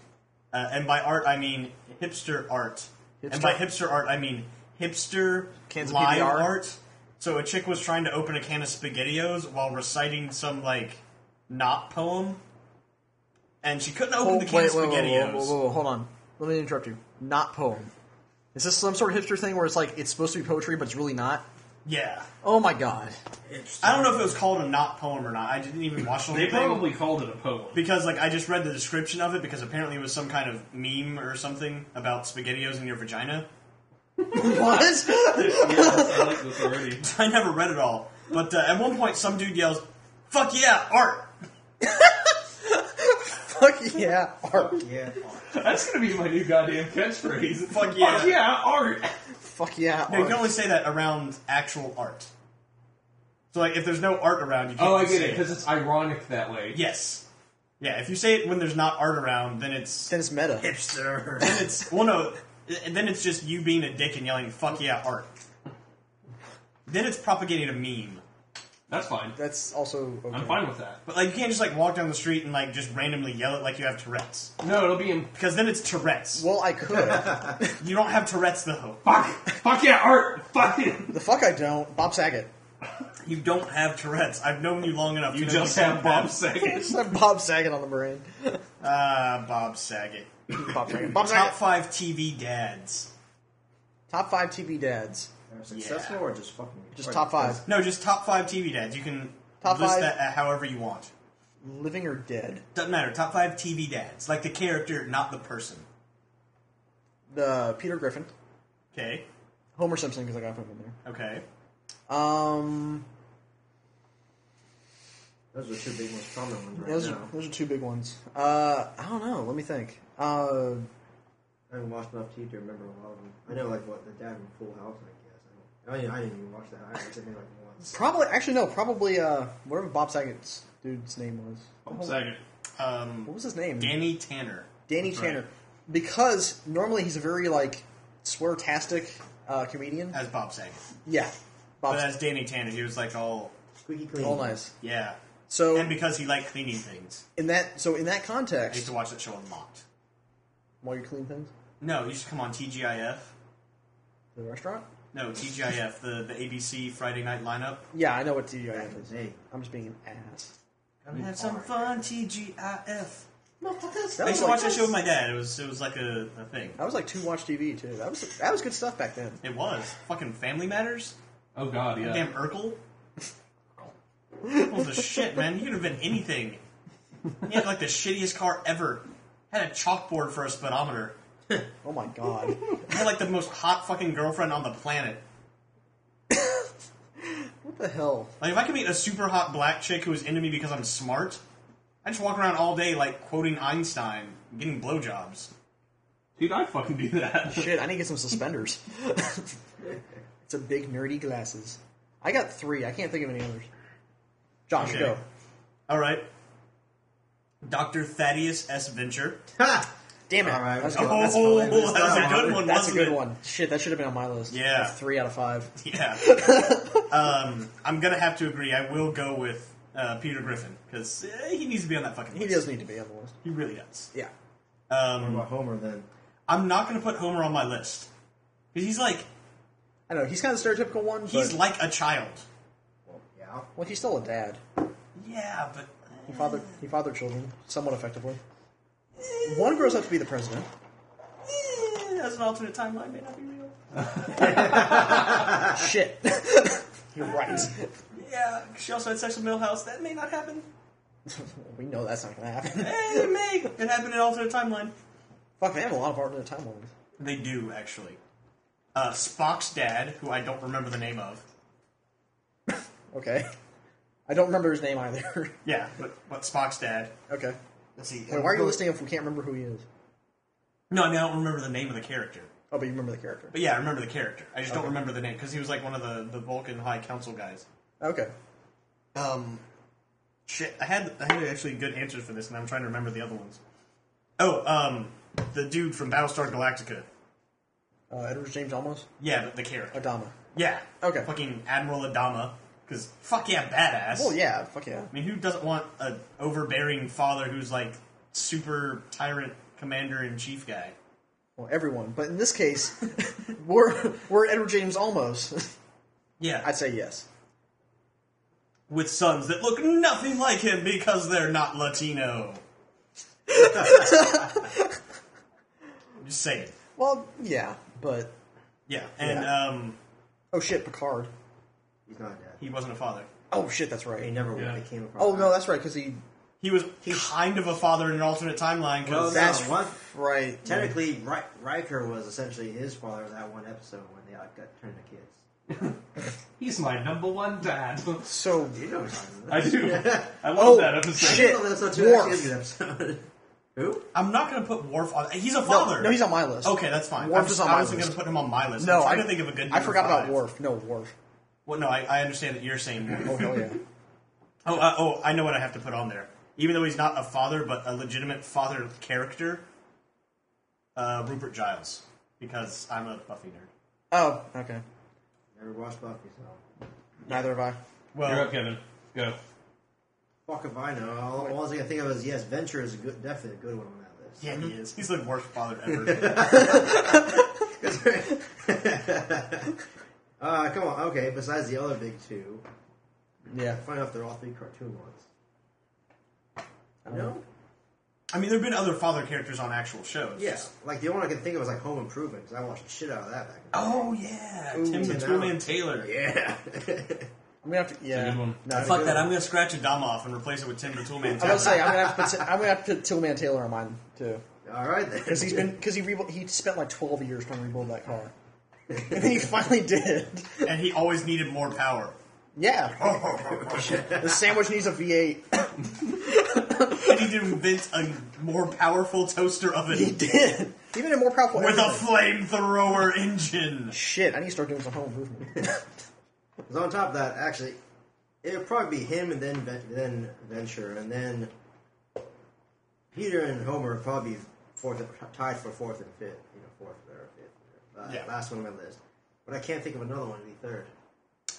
Speaker 1: Uh, and by art, I mean hipster art.
Speaker 3: Hipster?
Speaker 1: And by hipster art, I mean hipster
Speaker 3: Cans of
Speaker 1: live
Speaker 3: PBR?
Speaker 1: art. So, a chick was trying to open a can of SpaghettiOs while reciting some, like, not poem. And she couldn't open
Speaker 3: Oh,
Speaker 1: the can
Speaker 3: wait,
Speaker 1: of
Speaker 3: wait, wait, wait,
Speaker 1: SpaghettiOs.
Speaker 3: whoa, whoa, whoa, hold on. Let me interrupt you. Not poem. Is this some sort of hipster thing where it's like it's supposed to be poetry, but it's really not?
Speaker 1: Yeah.
Speaker 3: Oh my god! [laughs]
Speaker 1: I don't know if it was called a not poem or not. I didn't even watch the whole
Speaker 4: They
Speaker 1: thing.
Speaker 4: probably called it a poem. [laughs]
Speaker 1: Because like I just read the description of it because apparently it was some kind of meme or something about spaghettios in your vagina. [laughs]
Speaker 3: What?
Speaker 4: Yes, I like this already.
Speaker 1: I never read it all, but uh, at one point some dude yells, "Fuck yeah, art!"
Speaker 3: Fuck yeah! Art.
Speaker 5: Yeah.
Speaker 4: That's gonna be my new goddamn catchphrase.
Speaker 1: Fuck yeah.
Speaker 4: Fuck yeah, art.
Speaker 3: Fuck yeah!
Speaker 1: No, you can
Speaker 3: art.
Speaker 1: only say that around actual art. So like if there's no art around, you can't.
Speaker 4: [laughs] Oh, I get
Speaker 1: say
Speaker 4: it because it's ironic that way.
Speaker 1: yes, yeah. If you say it when there's not art around, then it's
Speaker 3: Then it's meta.
Speaker 1: [laughs]
Speaker 5: Hipster.
Speaker 1: then it's well no, and then it's just you being a dick and yelling "fuck yeah, art." Then it's propagating a meme.
Speaker 4: That's fine.
Speaker 3: That's also. Okay.
Speaker 4: I'm fine with that.
Speaker 1: But like you can't just like walk down the street and like just randomly yell it like you have Tourette's.
Speaker 4: No, it'll be in.
Speaker 1: Because then it's Tourette's.
Speaker 3: Well, I could.
Speaker 1: You don't have Tourette's though.
Speaker 4: Fuck. Fuck yeah, art. Fuck it.
Speaker 3: the fuck I don't. Bob Saget. [laughs]
Speaker 1: You don't have Tourette's. I've known you long enough
Speaker 4: You
Speaker 1: to
Speaker 4: just
Speaker 1: know
Speaker 4: have Bob Saget.
Speaker 3: Just have Bob Saget on the brain.
Speaker 1: Ah, Bob Saget.
Speaker 3: Bob Saget. Bob
Speaker 1: Top
Speaker 3: Saget.
Speaker 1: five TV dads.
Speaker 3: Top five TV dads.
Speaker 5: Successful or just fucking?
Speaker 3: Just top five.
Speaker 1: No, just top five TV dads. You can
Speaker 3: Top
Speaker 1: list
Speaker 3: five?
Speaker 1: that uh, however you want.
Speaker 3: Living or dead.
Speaker 1: Doesn't matter. Top five TV dads. Like the character, not the person.
Speaker 3: The Peter Griffin.
Speaker 1: Okay.
Speaker 3: Homer Simpson because I got him in there.
Speaker 1: Okay.
Speaker 3: Um,
Speaker 5: Those are two big most prominent ones right
Speaker 3: those
Speaker 5: now.
Speaker 3: are those are two big ones. Uh, I don't know. Let me think. Uh,
Speaker 5: I haven't watched enough TV to remember a lot of them. I know like what the dad in Full House, I guess. I, don't, I, mean, I didn't even watch that. I watched it maybe like
Speaker 1: [laughs]
Speaker 5: once.
Speaker 3: probably actually no. Probably uh, whatever Bob Saget's dude's name was.
Speaker 4: Bob Saget.
Speaker 1: Um,
Speaker 3: What was his name?
Speaker 1: Danny Tanner.
Speaker 3: Danny Tanner. Because normally he's a very like swear-tastic uh, comedian.
Speaker 1: As Bob Saget.
Speaker 3: Yeah, Bob.
Speaker 1: But as Danny Tanner, he was like all,
Speaker 5: Squeaky clean.
Speaker 3: all nice.
Speaker 1: yeah.
Speaker 3: So
Speaker 1: And because he liked cleaning things.
Speaker 3: in that so in that
Speaker 1: I used
Speaker 3: context,
Speaker 1: to watch that show Unlocked.
Speaker 3: while you clean things,
Speaker 1: No, you should come on TGIF.
Speaker 3: the restaurant.
Speaker 1: No, TGIF, the, the ABC Friday night lineup.
Speaker 3: Yeah, I know what TGIF
Speaker 5: Back in
Speaker 3: is.
Speaker 5: the day.
Speaker 3: I'm just being an ass.
Speaker 1: Come have some fun, TGIF.
Speaker 3: That
Speaker 1: I used
Speaker 3: was
Speaker 1: to watch
Speaker 3: like,
Speaker 1: that show with my dad. It was it was like a, a thing.
Speaker 3: that was like two watch TV too. That was that was good stuff back then.
Speaker 1: It was fucking Family Matters.
Speaker 4: Oh god, yeah.
Speaker 1: Damn Urkel. Urkel was the shit, man. You could have been anything. He had like the shittiest car ever. Had a chalkboard for a speedometer.
Speaker 3: Oh my god.
Speaker 1: Had like the most hot fucking girlfriend on the planet.
Speaker 3: what the hell?
Speaker 1: Like if I could meet a super hot black chick who was into me because I'm smart, I just walk around all day like quoting Einstein, getting blowjobs.
Speaker 4: Dude, I'd fucking do that.
Speaker 3: Shit, I need to get some suspenders. [laughs] it's a big nerdy glasses. I got three. I can't think of any others. Josh,
Speaker 1: Okay.
Speaker 3: go.
Speaker 1: All right. Dr. Thaddeus S. Venture.
Speaker 5: Ha!
Speaker 3: Damn it.
Speaker 5: All right.
Speaker 3: That was a
Speaker 1: Oh,
Speaker 3: good. That's,
Speaker 1: that [laughs] was a good one.
Speaker 3: that's a
Speaker 1: wasn't
Speaker 3: good
Speaker 1: it?
Speaker 3: one. Shit, that should have been on my list.
Speaker 1: Yeah.
Speaker 3: That's three out of five.
Speaker 1: Yeah.
Speaker 3: [laughs]
Speaker 1: um, I'm gonna have to agree. I will go with uh, Peter Griffin because uh, he needs to be on that fucking
Speaker 3: He
Speaker 1: list.
Speaker 3: does need to be on the list.
Speaker 1: He really does.
Speaker 3: Yeah.
Speaker 5: What
Speaker 1: Um,
Speaker 5: about Homer then?
Speaker 1: I'm not gonna put Homer on my list because he's like
Speaker 3: I know. He's kind of the stereotypical one.
Speaker 1: he's
Speaker 3: but,
Speaker 1: like a child.
Speaker 5: Well, yeah.
Speaker 3: well, he's still a dad.
Speaker 1: Yeah, but
Speaker 3: He fathered, he fathered children somewhat effectively. One grows up to be the president.
Speaker 1: eh, as an alternate timeline may not be real.
Speaker 3: Shit. [laughs] You're right.
Speaker 1: Yeah, she also had sex with Millhouse. That may not happen.
Speaker 3: we know that's not going to happen.
Speaker 1: Eh, it may. It happened in alternate timeline.
Speaker 3: Fuck, they have a lot of art in the timeline.
Speaker 1: They do actually. Uh, Spock's dad, who I don't remember the name of.
Speaker 3: Okay. [laughs] I don't remember his name either. [laughs]
Speaker 1: Yeah, but, but Spock's dad.
Speaker 3: okay.
Speaker 1: Let's see.
Speaker 3: Wait, why are you listening if we can't remember who he is?
Speaker 1: No, I mean I don't remember the name of the character.
Speaker 3: Oh, but you remember the character.
Speaker 1: But yeah, I remember the character. I just don't remember the name because he was like one of the, the Vulcan High Council guys.
Speaker 3: Okay.
Speaker 1: Um, shit, I had I had actually good answers for this, and I'm trying to remember the other ones. Oh, um, the dude from Battlestar Galactica.
Speaker 3: Uh, Edward James Olmos?
Speaker 1: Yeah, the, the character.
Speaker 3: Adama.
Speaker 1: Yeah.
Speaker 3: Okay.
Speaker 1: Fucking Admiral Adama, because fuck yeah, badass.
Speaker 3: Well, yeah, fuck yeah.
Speaker 1: I mean, who doesn't want a overbearing father who's like super tyrant commander in chief guy?
Speaker 3: Well, everyone. But in this case, [laughs] we're, we're Edward James Olmos.
Speaker 1: Yeah.
Speaker 3: [laughs] I'd say yes.
Speaker 1: with sons that look nothing like him because they're not Latino. [laughs] Just saying.
Speaker 3: Well, yeah, but.
Speaker 1: Yeah, and
Speaker 3: Yeah.
Speaker 1: um,
Speaker 3: Oh shit, Picard.
Speaker 5: He's not dead.
Speaker 1: he wasn't a father.
Speaker 3: Oh shit, that's
Speaker 5: He
Speaker 3: right.
Speaker 5: never
Speaker 4: Yeah.
Speaker 5: they came across.
Speaker 3: Oh no, that's right, because he.
Speaker 1: He was kind of a father in an alternate timeline.
Speaker 5: Well,
Speaker 1: Cause
Speaker 3: That's
Speaker 5: no, what?
Speaker 3: Right.
Speaker 5: Technically, Ri- Riker was essentially his father in that one episode when they got got turned to kids.
Speaker 4: He's my number one dad.
Speaker 3: So.
Speaker 5: You know what I'm talking about.
Speaker 4: [laughs] I do. I love
Speaker 3: Oh,
Speaker 4: that episode.
Speaker 3: shit.
Speaker 5: Oh, that's not too
Speaker 3: Worf.
Speaker 5: actually is a good episode. Who?
Speaker 1: I'm not going to put Worf on. He's a
Speaker 3: No,
Speaker 1: father.
Speaker 3: no, he's on my list.
Speaker 1: Okay, that's fine.
Speaker 3: Worf
Speaker 1: I'm
Speaker 3: is
Speaker 1: just,
Speaker 3: on
Speaker 1: I
Speaker 3: my
Speaker 1: wasn't going to
Speaker 3: list.
Speaker 1: put him on my list. I'm
Speaker 3: No, I
Speaker 1: trying to think of a good.
Speaker 3: I
Speaker 1: number
Speaker 3: forgot
Speaker 1: five.
Speaker 3: about Worf. No, Worf.
Speaker 1: Well, no, I, I understand that you're saying Worf.
Speaker 3: Oh hell yeah.
Speaker 1: [laughs] Oh, uh, oh, I know what I have to put on there. Even though he's not a father, but a legitimate father character, uh, Rupert Giles, because I'm a Buffy nerd.
Speaker 3: Oh, okay.
Speaker 5: Never watched Buffy, so.
Speaker 3: Neither have I.
Speaker 4: You're
Speaker 1: Well,
Speaker 4: up, Kevin. Go.
Speaker 5: Fuck if I know. All, all I can think of is, yes, Venture is a good, definitely a good one on that list.
Speaker 1: yeah, he is. He's the worst
Speaker 3: [laughs]
Speaker 1: father ever.
Speaker 5: Uh, come on, okay, besides the other big two.
Speaker 3: Yeah.
Speaker 5: I find out if they're all three cartoon ones.
Speaker 3: I don't
Speaker 5: No?
Speaker 3: know.
Speaker 1: I mean, there have been other father characters on actual shows.
Speaker 5: Yeah. Like, the only one I can think of is, like, Home Improvement, because I watched the shit out of that back in
Speaker 1: Oh yeah, Tim the
Speaker 5: Tim
Speaker 1: Toolman
Speaker 5: Allen.
Speaker 1: Taylor.
Speaker 5: Yeah.
Speaker 3: I'm gonna have to. Yeah.
Speaker 4: a good one.
Speaker 3: No, I'm
Speaker 1: Fuck that! I'm gonna scratch Adama off and replace it with Tim the Toolman
Speaker 3: gonna
Speaker 1: Taylor.
Speaker 3: say I'm gonna have
Speaker 1: [laughs]
Speaker 3: to put I'm gonna have to put Tillman Taylor on mine too
Speaker 5: [laughs] all right, then.
Speaker 3: because he's been
Speaker 5: [laughs]
Speaker 3: because he rebuilt he spent like 12 years trying to rebuild that car [laughs] and he finally did.
Speaker 1: and he always needed more power. [laughs]
Speaker 3: Yeah. The sandwich needs a V8.
Speaker 1: And he did invent a more powerful toaster
Speaker 3: He
Speaker 1: oven
Speaker 3: did. Even a more powerful
Speaker 1: with a
Speaker 3: engine.
Speaker 1: flamethrower engine.
Speaker 3: Shit, I need to start doing some home improvement. [laughs]
Speaker 5: 'Cause on top of that, actually, it would probably be him and then Ven- then Venture and then Peter and Homer would probably be fourth, tied for fourth and fifth. You know, fourth or fifth. Uh,
Speaker 1: Yeah.
Speaker 5: Last one on my list, but I can't think of another one to be third.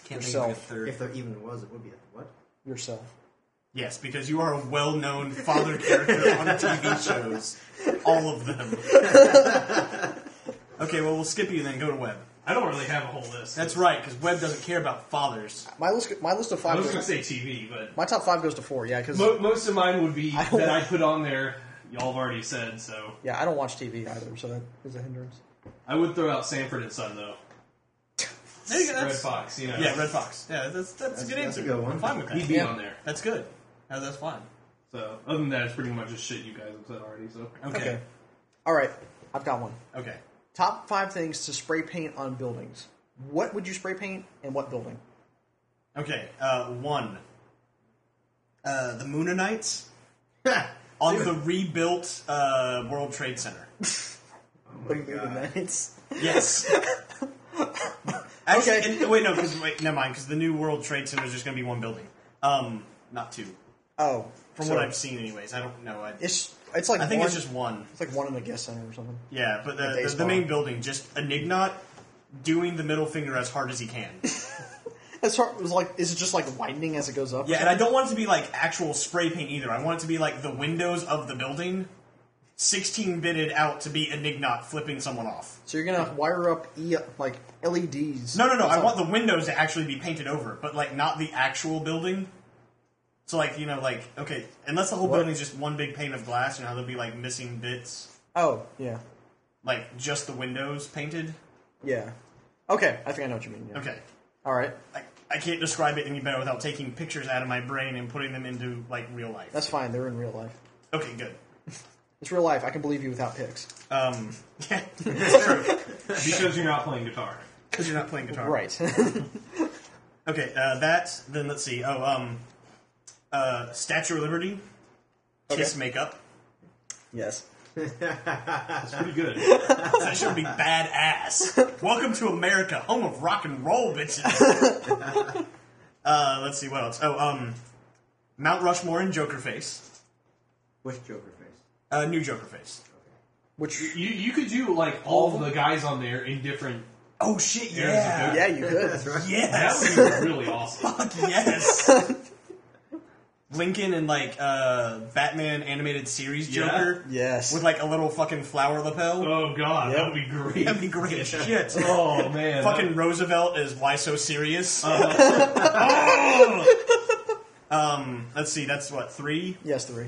Speaker 1: Can't
Speaker 3: Yourself.
Speaker 1: third.
Speaker 5: If there even was, it would be a what?
Speaker 3: Yourself.
Speaker 1: Yes, because you are a well-known father character on TV shows, all of
Speaker 3: [laughs]
Speaker 1: them. okay, well we'll skip you and then go to Webb.
Speaker 4: I don't really have a whole list.
Speaker 1: That's right, because Webb doesn't care about fathers.
Speaker 3: My list my list of
Speaker 4: I
Speaker 3: five
Speaker 4: was
Speaker 3: goes-
Speaker 4: going to say TV, but
Speaker 3: my top five goes to four, yeah, because
Speaker 4: mo- most of mine would be
Speaker 3: I
Speaker 4: [laughs]
Speaker 3: don't-
Speaker 4: that I put on there. Y'all have already said so.
Speaker 3: yeah, I don't watch TV either, so that is a hindrance.
Speaker 4: I would throw out Sanford and Son though.
Speaker 1: There you go,
Speaker 4: Red
Speaker 1: that's-
Speaker 4: Fox, you know.
Speaker 1: Yeah, Red Fox. Yeah, that's, that's, a good
Speaker 5: that's
Speaker 1: answer.
Speaker 5: a good one.
Speaker 1: I'm fine with that.
Speaker 4: He'd be
Speaker 3: Yeah.
Speaker 4: on there.
Speaker 1: That's good. No, that's fine.
Speaker 4: So other than that, it's pretty much just shit you guys have said already. So
Speaker 1: Okay.
Speaker 3: Okay. All right, I've got one.
Speaker 1: Okay.
Speaker 3: Top five things to spray paint on buildings. What would you spray paint and what building?
Speaker 1: Okay. Uh, one. Uh, the
Speaker 3: [laughs]
Speaker 1: Moonanites on the rebuilt uh, World Trade Center. Oh
Speaker 3: The Moonanites.
Speaker 1: Yes. Actually,
Speaker 3: Okay.
Speaker 1: and- wait, no, because wait, never mind. Because the new World Trade Center is just going to be one building, um, not two.
Speaker 3: [laughs] Oh,
Speaker 1: From
Speaker 3: so
Speaker 1: what I've seen, anyways, I don't know. I,
Speaker 3: it's it's like
Speaker 1: I think
Speaker 3: one,
Speaker 1: it's just one.
Speaker 3: it's like one in a guest center or something. [laughs]
Speaker 1: Yeah, but the, the,
Speaker 3: baseball.
Speaker 1: the main building, just Enignot doing the middle finger as hard as he
Speaker 3: [laughs]
Speaker 1: can.
Speaker 3: It's hard, it was like is it just like widening as it goes up? or
Speaker 1: Yeah, and I
Speaker 3: something?
Speaker 1: don't want it to be like actual spray paint either. I want it to be like the windows of the building, sixteen bitted out to be Enignot flipping someone off.
Speaker 3: So you're gonna wire up e like LEDs.
Speaker 1: No, no, no.
Speaker 3: It's
Speaker 1: I
Speaker 3: like-
Speaker 1: want the windows to actually be painted over, but like not the actual building. So like you know like okay, unless the whole
Speaker 3: What?
Speaker 1: building is just one big pane of glass, you know there'll be like missing bits,
Speaker 3: Oh yeah,
Speaker 1: like just the windows painted.
Speaker 3: yeah. Okay, I think I know what you mean. Yeah.
Speaker 1: Okay,
Speaker 3: All right,
Speaker 1: I, I can't describe it any better without taking pictures out of my brain and putting them into like real life.
Speaker 3: that's fine. They're in real life.
Speaker 1: okay, good. [laughs]
Speaker 3: It's real life. I can believe you without pics.
Speaker 1: Um,
Speaker 3: [laughs]
Speaker 1: yeah,
Speaker 4: because you're not playing guitar.
Speaker 1: because you're not playing guitar,
Speaker 3: Right. [laughs]
Speaker 1: Okay, uh, that. Then let's see. Oh, um, uh, Statue of Liberty, Kiss
Speaker 3: Okay.
Speaker 1: makeup,
Speaker 3: yes.
Speaker 4: It's pretty
Speaker 1: [laughs]
Speaker 4: good.
Speaker 1: That should
Speaker 4: [laughs]
Speaker 1: be badass. Welcome to America, home of rock and roll,
Speaker 4: [laughs]
Speaker 1: bitches. uh, let's see what else. Oh, um, Mount Rushmore and Joker Face.
Speaker 5: Which Joker face?
Speaker 1: Uh, new Joker Face.
Speaker 3: Which
Speaker 4: You you could do like all of the guys on there in
Speaker 1: [laughs]
Speaker 4: different.
Speaker 1: Oh shit!
Speaker 4: There's a
Speaker 1: Yeah.
Speaker 3: yeah, you
Speaker 1: [laughs]
Speaker 3: could.
Speaker 5: [laughs] That's right.
Speaker 4: That
Speaker 1: Yes.
Speaker 4: would be really awesome.
Speaker 1: Fuck yes.
Speaker 4: [laughs]
Speaker 1: Lincoln and like uh, Batman animated series
Speaker 4: Yeah.
Speaker 1: Joker.
Speaker 3: Yes.
Speaker 1: With like a little fucking flower lapel.
Speaker 4: Oh god, that would be great.
Speaker 1: That'd be great as shit.
Speaker 4: Oh man,
Speaker 1: Fucking Roosevelt is why so serious. [laughs] um, let's see. That's what three.
Speaker 3: Yes, three.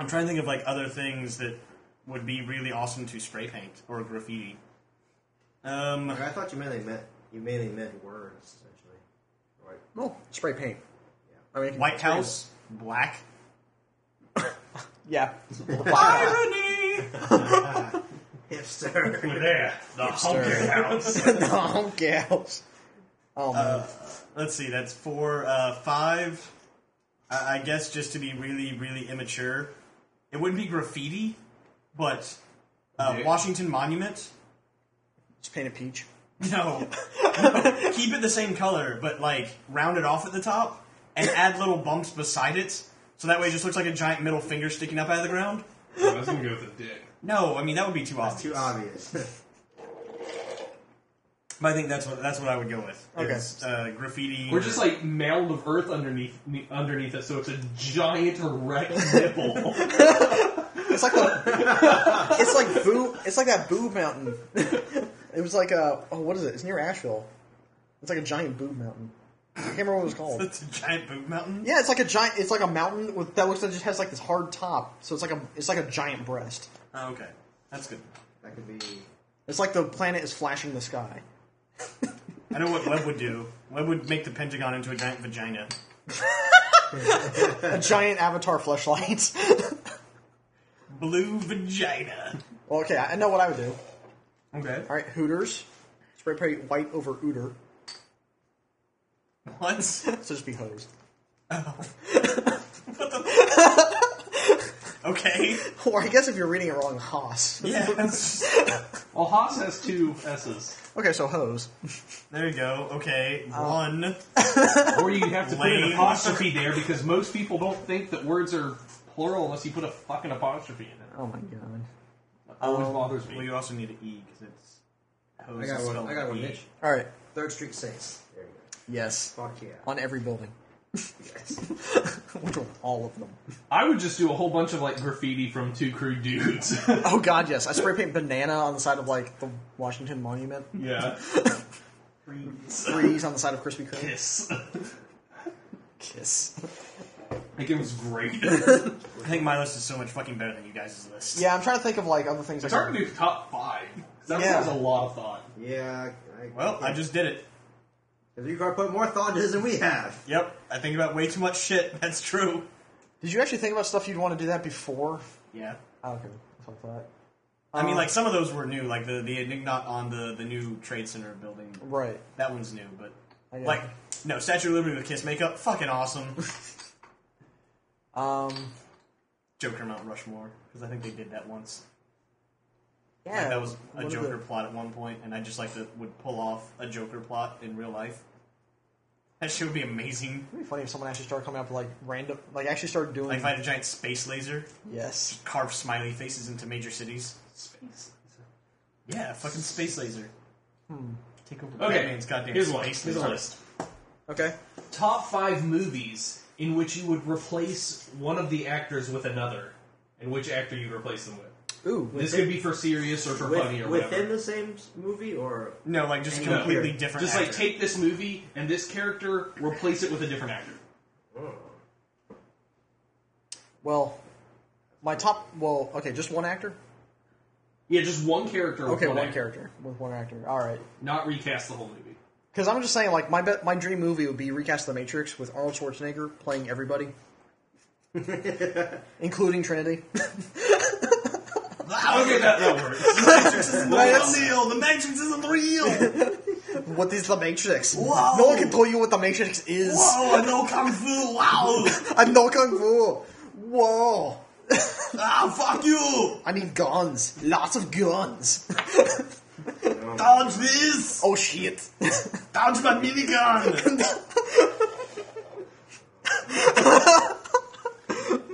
Speaker 1: I'm trying to think of like other things that would be really awesome to spray paint or graffiti. Um,
Speaker 5: I thought you mainly meant you mainly meant words essentially. Right.
Speaker 3: Well, spray paint. I mean, it can-
Speaker 1: White House black.
Speaker 3: Yeah.
Speaker 1: Irony.
Speaker 5: Hipster.
Speaker 4: there, the Hunker House.
Speaker 3: [laughs] no, gals. Oh man.
Speaker 1: Let's see. That's four. Uh, five. I, I guess just to be really, really immature. It wouldn't be graffiti, but uh,
Speaker 4: Dick.
Speaker 1: Washington Monument.
Speaker 3: just paint a peach.
Speaker 1: [laughs] No. No. Keep it the same color, but like round it off at the top and add little bumps beside it. So that way it just looks like a giant middle finger sticking up out of the ground.
Speaker 4: I was gonna go with the dick.
Speaker 1: No, I mean that would be too obvious.
Speaker 5: Too obvious. [laughs]
Speaker 1: But I think that's what that's what I would go with.
Speaker 3: Okay.
Speaker 1: Is, uh, graffiti.
Speaker 4: We're just like mound of earth underneath me- underneath it, so it's a giant erect [laughs] nipple.
Speaker 3: It's like the, it's like boo. It's like that boob mountain. it was like a oh, what is it? It's near Asheville. It's like a giant boob mountain. I can't remember what it
Speaker 1: [laughs]
Speaker 3: was called.
Speaker 1: That's a giant boob mountain.
Speaker 3: Yeah, it's like a giant. It's like a mountain with that looks like it just has like this hard top. So it's like a it's like a giant breast.
Speaker 1: Oh, okay, that's good.
Speaker 5: that could be.
Speaker 3: It's like the planet is flashing the sky.
Speaker 1: I know what Webb would do. Webb would make the Pentagon into a giant vagina.
Speaker 3: A giant avatar flashlight. [laughs]
Speaker 1: Blue vagina.
Speaker 3: well, okay, I I know what I would do.
Speaker 1: Okay.
Speaker 3: All right, Hooters. Spray paint white over Ooter.
Speaker 1: What? [laughs]
Speaker 3: So just be hosed.
Speaker 1: Okay.
Speaker 3: Or I guess if you're reading it wrong, Haas.
Speaker 1: Yes.
Speaker 4: well, Haas has two S's,
Speaker 3: Okay, so hose. [laughs]
Speaker 1: There you go. Okay. One.
Speaker 4: or you have to put an
Speaker 1: Lame.
Speaker 4: apostrophe there because most people don't think that words are plural unless you put a fucking apostrophe in it.
Speaker 3: Oh my god.
Speaker 4: That always bothers
Speaker 1: Well,
Speaker 4: me.
Speaker 1: you also need an E because it's. Hose
Speaker 5: I got
Speaker 1: is
Speaker 5: one.
Speaker 1: spelled
Speaker 5: I got one.
Speaker 1: E.
Speaker 5: Mitch.
Speaker 3: All right.
Speaker 5: Third Street Saints. There you go.
Speaker 3: Yes.
Speaker 5: Fuck yeah.
Speaker 3: On every building. [laughs] Which one? All of them.
Speaker 4: I would just do a whole bunch of like graffiti from two crude dudes. [laughs]
Speaker 3: Oh god, yes. I spray paint banana on the side of like the Washington Monument.
Speaker 4: yeah.
Speaker 3: Freeze on the side of Krispy Kreme.
Speaker 4: Yes.
Speaker 3: Kiss.
Speaker 4: Like it was great.
Speaker 1: I think my list is so much fucking better than you guys' list.
Speaker 3: Yeah, I'm trying to think of like other things. I
Speaker 4: It's hard
Speaker 3: can...
Speaker 4: to do top five. 'cause That
Speaker 3: Yeah.
Speaker 4: was a lot of thought.
Speaker 5: Yeah. I,
Speaker 1: Well, I just did it.
Speaker 5: You gotta put more thought into this than we have.
Speaker 1: Yep. I think about way too much shit. [laughs] That's true.
Speaker 3: Did you actually think about stuff you'd want to do that before?
Speaker 1: Yeah.
Speaker 3: Oh, okay, that's what I thought.
Speaker 1: I
Speaker 3: Uh,
Speaker 1: mean, like some of those were new, like the the enigma on the the new Trade Center building.
Speaker 3: Right.
Speaker 1: That one's new, but
Speaker 3: I got
Speaker 1: like
Speaker 3: it.
Speaker 1: no Statue of Liberty with kiss makeup, fucking awesome. [laughs]
Speaker 3: Um.
Speaker 1: Joker Mount Rushmore because I think they did that once.
Speaker 3: Yeah.
Speaker 1: Like, that was
Speaker 3: what
Speaker 1: a
Speaker 3: are the-
Speaker 1: Joker plot at one point, and I just like to would pull off a Joker plot in real life. That shit would be amazing.
Speaker 3: It'd be funny if someone actually started coming up with like random, like actually started doing.
Speaker 1: Like if I had a giant space laser,
Speaker 3: yes.
Speaker 1: carve smiley faces into major cities. Yeah, fucking space laser. Hmm. Take over
Speaker 4: Okay,
Speaker 1: Batman's goddamn
Speaker 4: here's one.
Speaker 1: space
Speaker 4: Here's
Speaker 1: laser.
Speaker 4: a list.
Speaker 3: Okay.
Speaker 4: Top five movies in which you would replace one of the actors with another, and which actor you replace them with.
Speaker 3: Ooh.
Speaker 4: this could be for serious or for funny
Speaker 5: With,
Speaker 4: or
Speaker 5: within
Speaker 4: whatever.
Speaker 5: the same s- movie or
Speaker 1: No, like just
Speaker 5: No.
Speaker 1: completely different.
Speaker 4: Just like
Speaker 1: actor.
Speaker 4: take this movie and this character, replace it with a different actor.
Speaker 3: Well, my top. Well, okay, just one actor.
Speaker 4: Yeah, just one character. With
Speaker 3: Okay,
Speaker 4: one,
Speaker 3: one
Speaker 4: actor.
Speaker 3: character with one actor. All right.
Speaker 4: Not recast the whole movie.
Speaker 3: Because I'm just saying, like my bet, my dream movie would be recast the Matrix with Arnold Schwarzenegger playing everybody,
Speaker 4: [laughs]
Speaker 3: including Trinity.
Speaker 4: Okay, that, that [laughs] works.
Speaker 1: Unreal! The Matrix is unreal!
Speaker 3: what is the Matrix?
Speaker 1: Whoa.
Speaker 3: No one can tell you what the Matrix is.
Speaker 1: Whoa, I know Kung Fu! Wow!
Speaker 3: I'm not kung fu. Whoa.
Speaker 1: ah, fuck you!
Speaker 3: I need guns. Lots of guns.
Speaker 1: Dodge this!
Speaker 3: oh shit. [laughs]
Speaker 1: Dodge my minigun!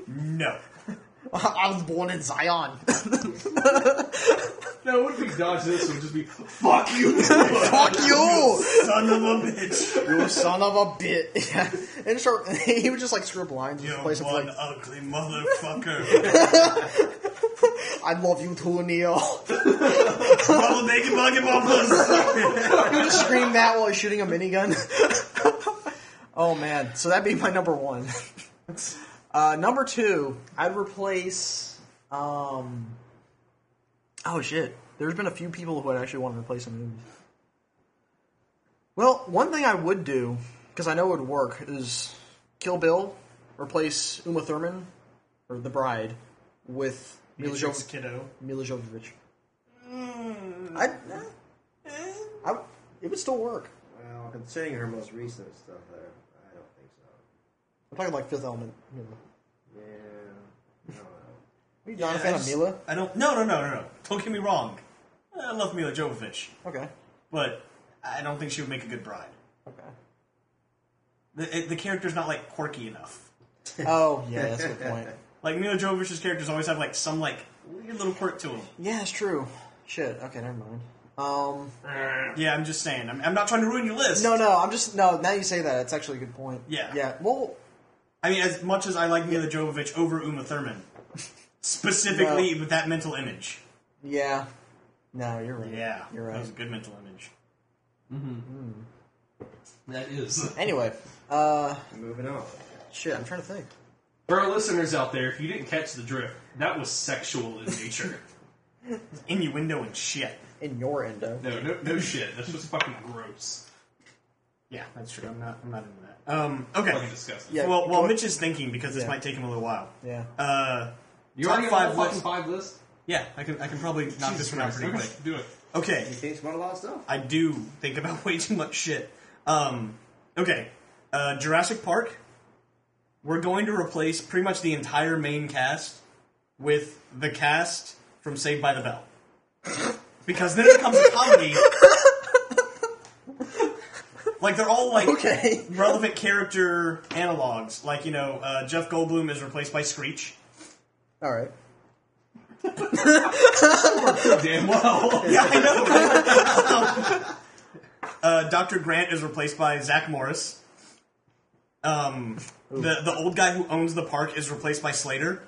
Speaker 1: [laughs] no.
Speaker 3: I was born in Zion.
Speaker 4: No, it wouldn't be dodge this. It would just be
Speaker 1: Fuck you,
Speaker 3: Fuck you!
Speaker 4: [laughs]
Speaker 1: son of a bitch!
Speaker 3: You son of a bit. [laughs] Yeah. And start, [laughs] he would just like screw up lines. and
Speaker 1: You
Speaker 3: play some
Speaker 1: one
Speaker 3: like,
Speaker 1: ugly motherfucker. [laughs]
Speaker 3: I love you too, Neil.
Speaker 1: Double naked monkey bumpers!
Speaker 3: he would [laughs] scream that while he's shooting a minigun. [laughs] oh man. So that'd be my number one. [laughs] Uh, number two, I'd replace. Um, oh shit. There's been a few people who I'd actually want to replace in movies. Well, one thing I would do, because I know it would work, is Kill Bill, replace Uma Thurman, or The Bride, with Mila, jo-
Speaker 1: kiddo.
Speaker 3: Mila Jovovich. I, I, it would still work.
Speaker 5: Well, considering her most recent stuff, there, I don't think so.
Speaker 3: I'm talking like Fifth Element. You know.
Speaker 5: Yeah, I don't know.
Speaker 3: Are you not a fan
Speaker 1: I
Speaker 3: of
Speaker 1: just-
Speaker 3: Mila?
Speaker 1: I don't. No, no, no, no, no. Don't get me wrong. I love Mila Jovovich,
Speaker 3: Okay.
Speaker 1: but I don't think she would make a good bride.
Speaker 3: Okay.
Speaker 1: The, it- the character's not like quirky enough.
Speaker 3: Oh yeah, that's a
Speaker 1: [laughs]
Speaker 3: good point.
Speaker 1: Like Mila Jovovich's characters always have like some like weird little quirk to them.
Speaker 3: Yeah, it's true. Shit. Okay, never mind. Um,
Speaker 1: Yeah, I'm just saying. I'm, I'm not trying to ruin your list.
Speaker 3: no, no, I'm just no. Now you say that, it's actually a good point.
Speaker 1: Yeah.
Speaker 3: Yeah. Well,
Speaker 1: I mean, as much as I like Mila Jovovich over Uma Thurman, specifically with that mental image.
Speaker 3: yeah. No, you're right.
Speaker 1: Yeah,
Speaker 3: you're
Speaker 1: That
Speaker 3: right.
Speaker 1: was a good mental image.
Speaker 4: that is.
Speaker 3: Anyway, uh,
Speaker 5: Moving on.
Speaker 3: shit, I'm trying to think.
Speaker 4: For our listeners out there, if you didn't catch the drift, that was sexual in nature.
Speaker 1: Innuendo and shit.
Speaker 3: In your endo.
Speaker 4: [laughs] no, no, no shit. That's just fucking gross.
Speaker 1: Yeah, that's true. I'm not. I'm not into that. Um. Okay.
Speaker 4: Fucking disgusting.
Speaker 3: Yeah.
Speaker 1: Well, while Mitch is thinking, because this
Speaker 3: Yeah.
Speaker 1: might take him a little while.
Speaker 3: Yeah.
Speaker 1: Uh,
Speaker 4: You
Speaker 1: Top
Speaker 4: already have
Speaker 1: five
Speaker 4: a fucking
Speaker 1: list.
Speaker 4: five list.
Speaker 1: yeah, I can I can probably knock
Speaker 4: Jesus
Speaker 1: this one out
Speaker 4: Christ,
Speaker 1: pretty
Speaker 4: okay,
Speaker 1: quick.
Speaker 4: Do it.
Speaker 1: Okay,
Speaker 5: You think about a lot of stuff?
Speaker 1: I do think about [laughs] way too much shit. Um, okay, uh, Jurassic Park. We're going to replace pretty much the entire main cast with the cast from Saved by the Bell, because then it becomes a comedy. like they're all like
Speaker 3: Okay.
Speaker 1: relevant character analogs. Like you know, uh, Jeff Goldblum is replaced by Screech.
Speaker 3: All right.
Speaker 4: Damn well.
Speaker 1: Yeah, I know. right? [laughs] uh, Dr. Grant is replaced by Zach Morris. Um, the the old guy who owns the park is replaced by Slater.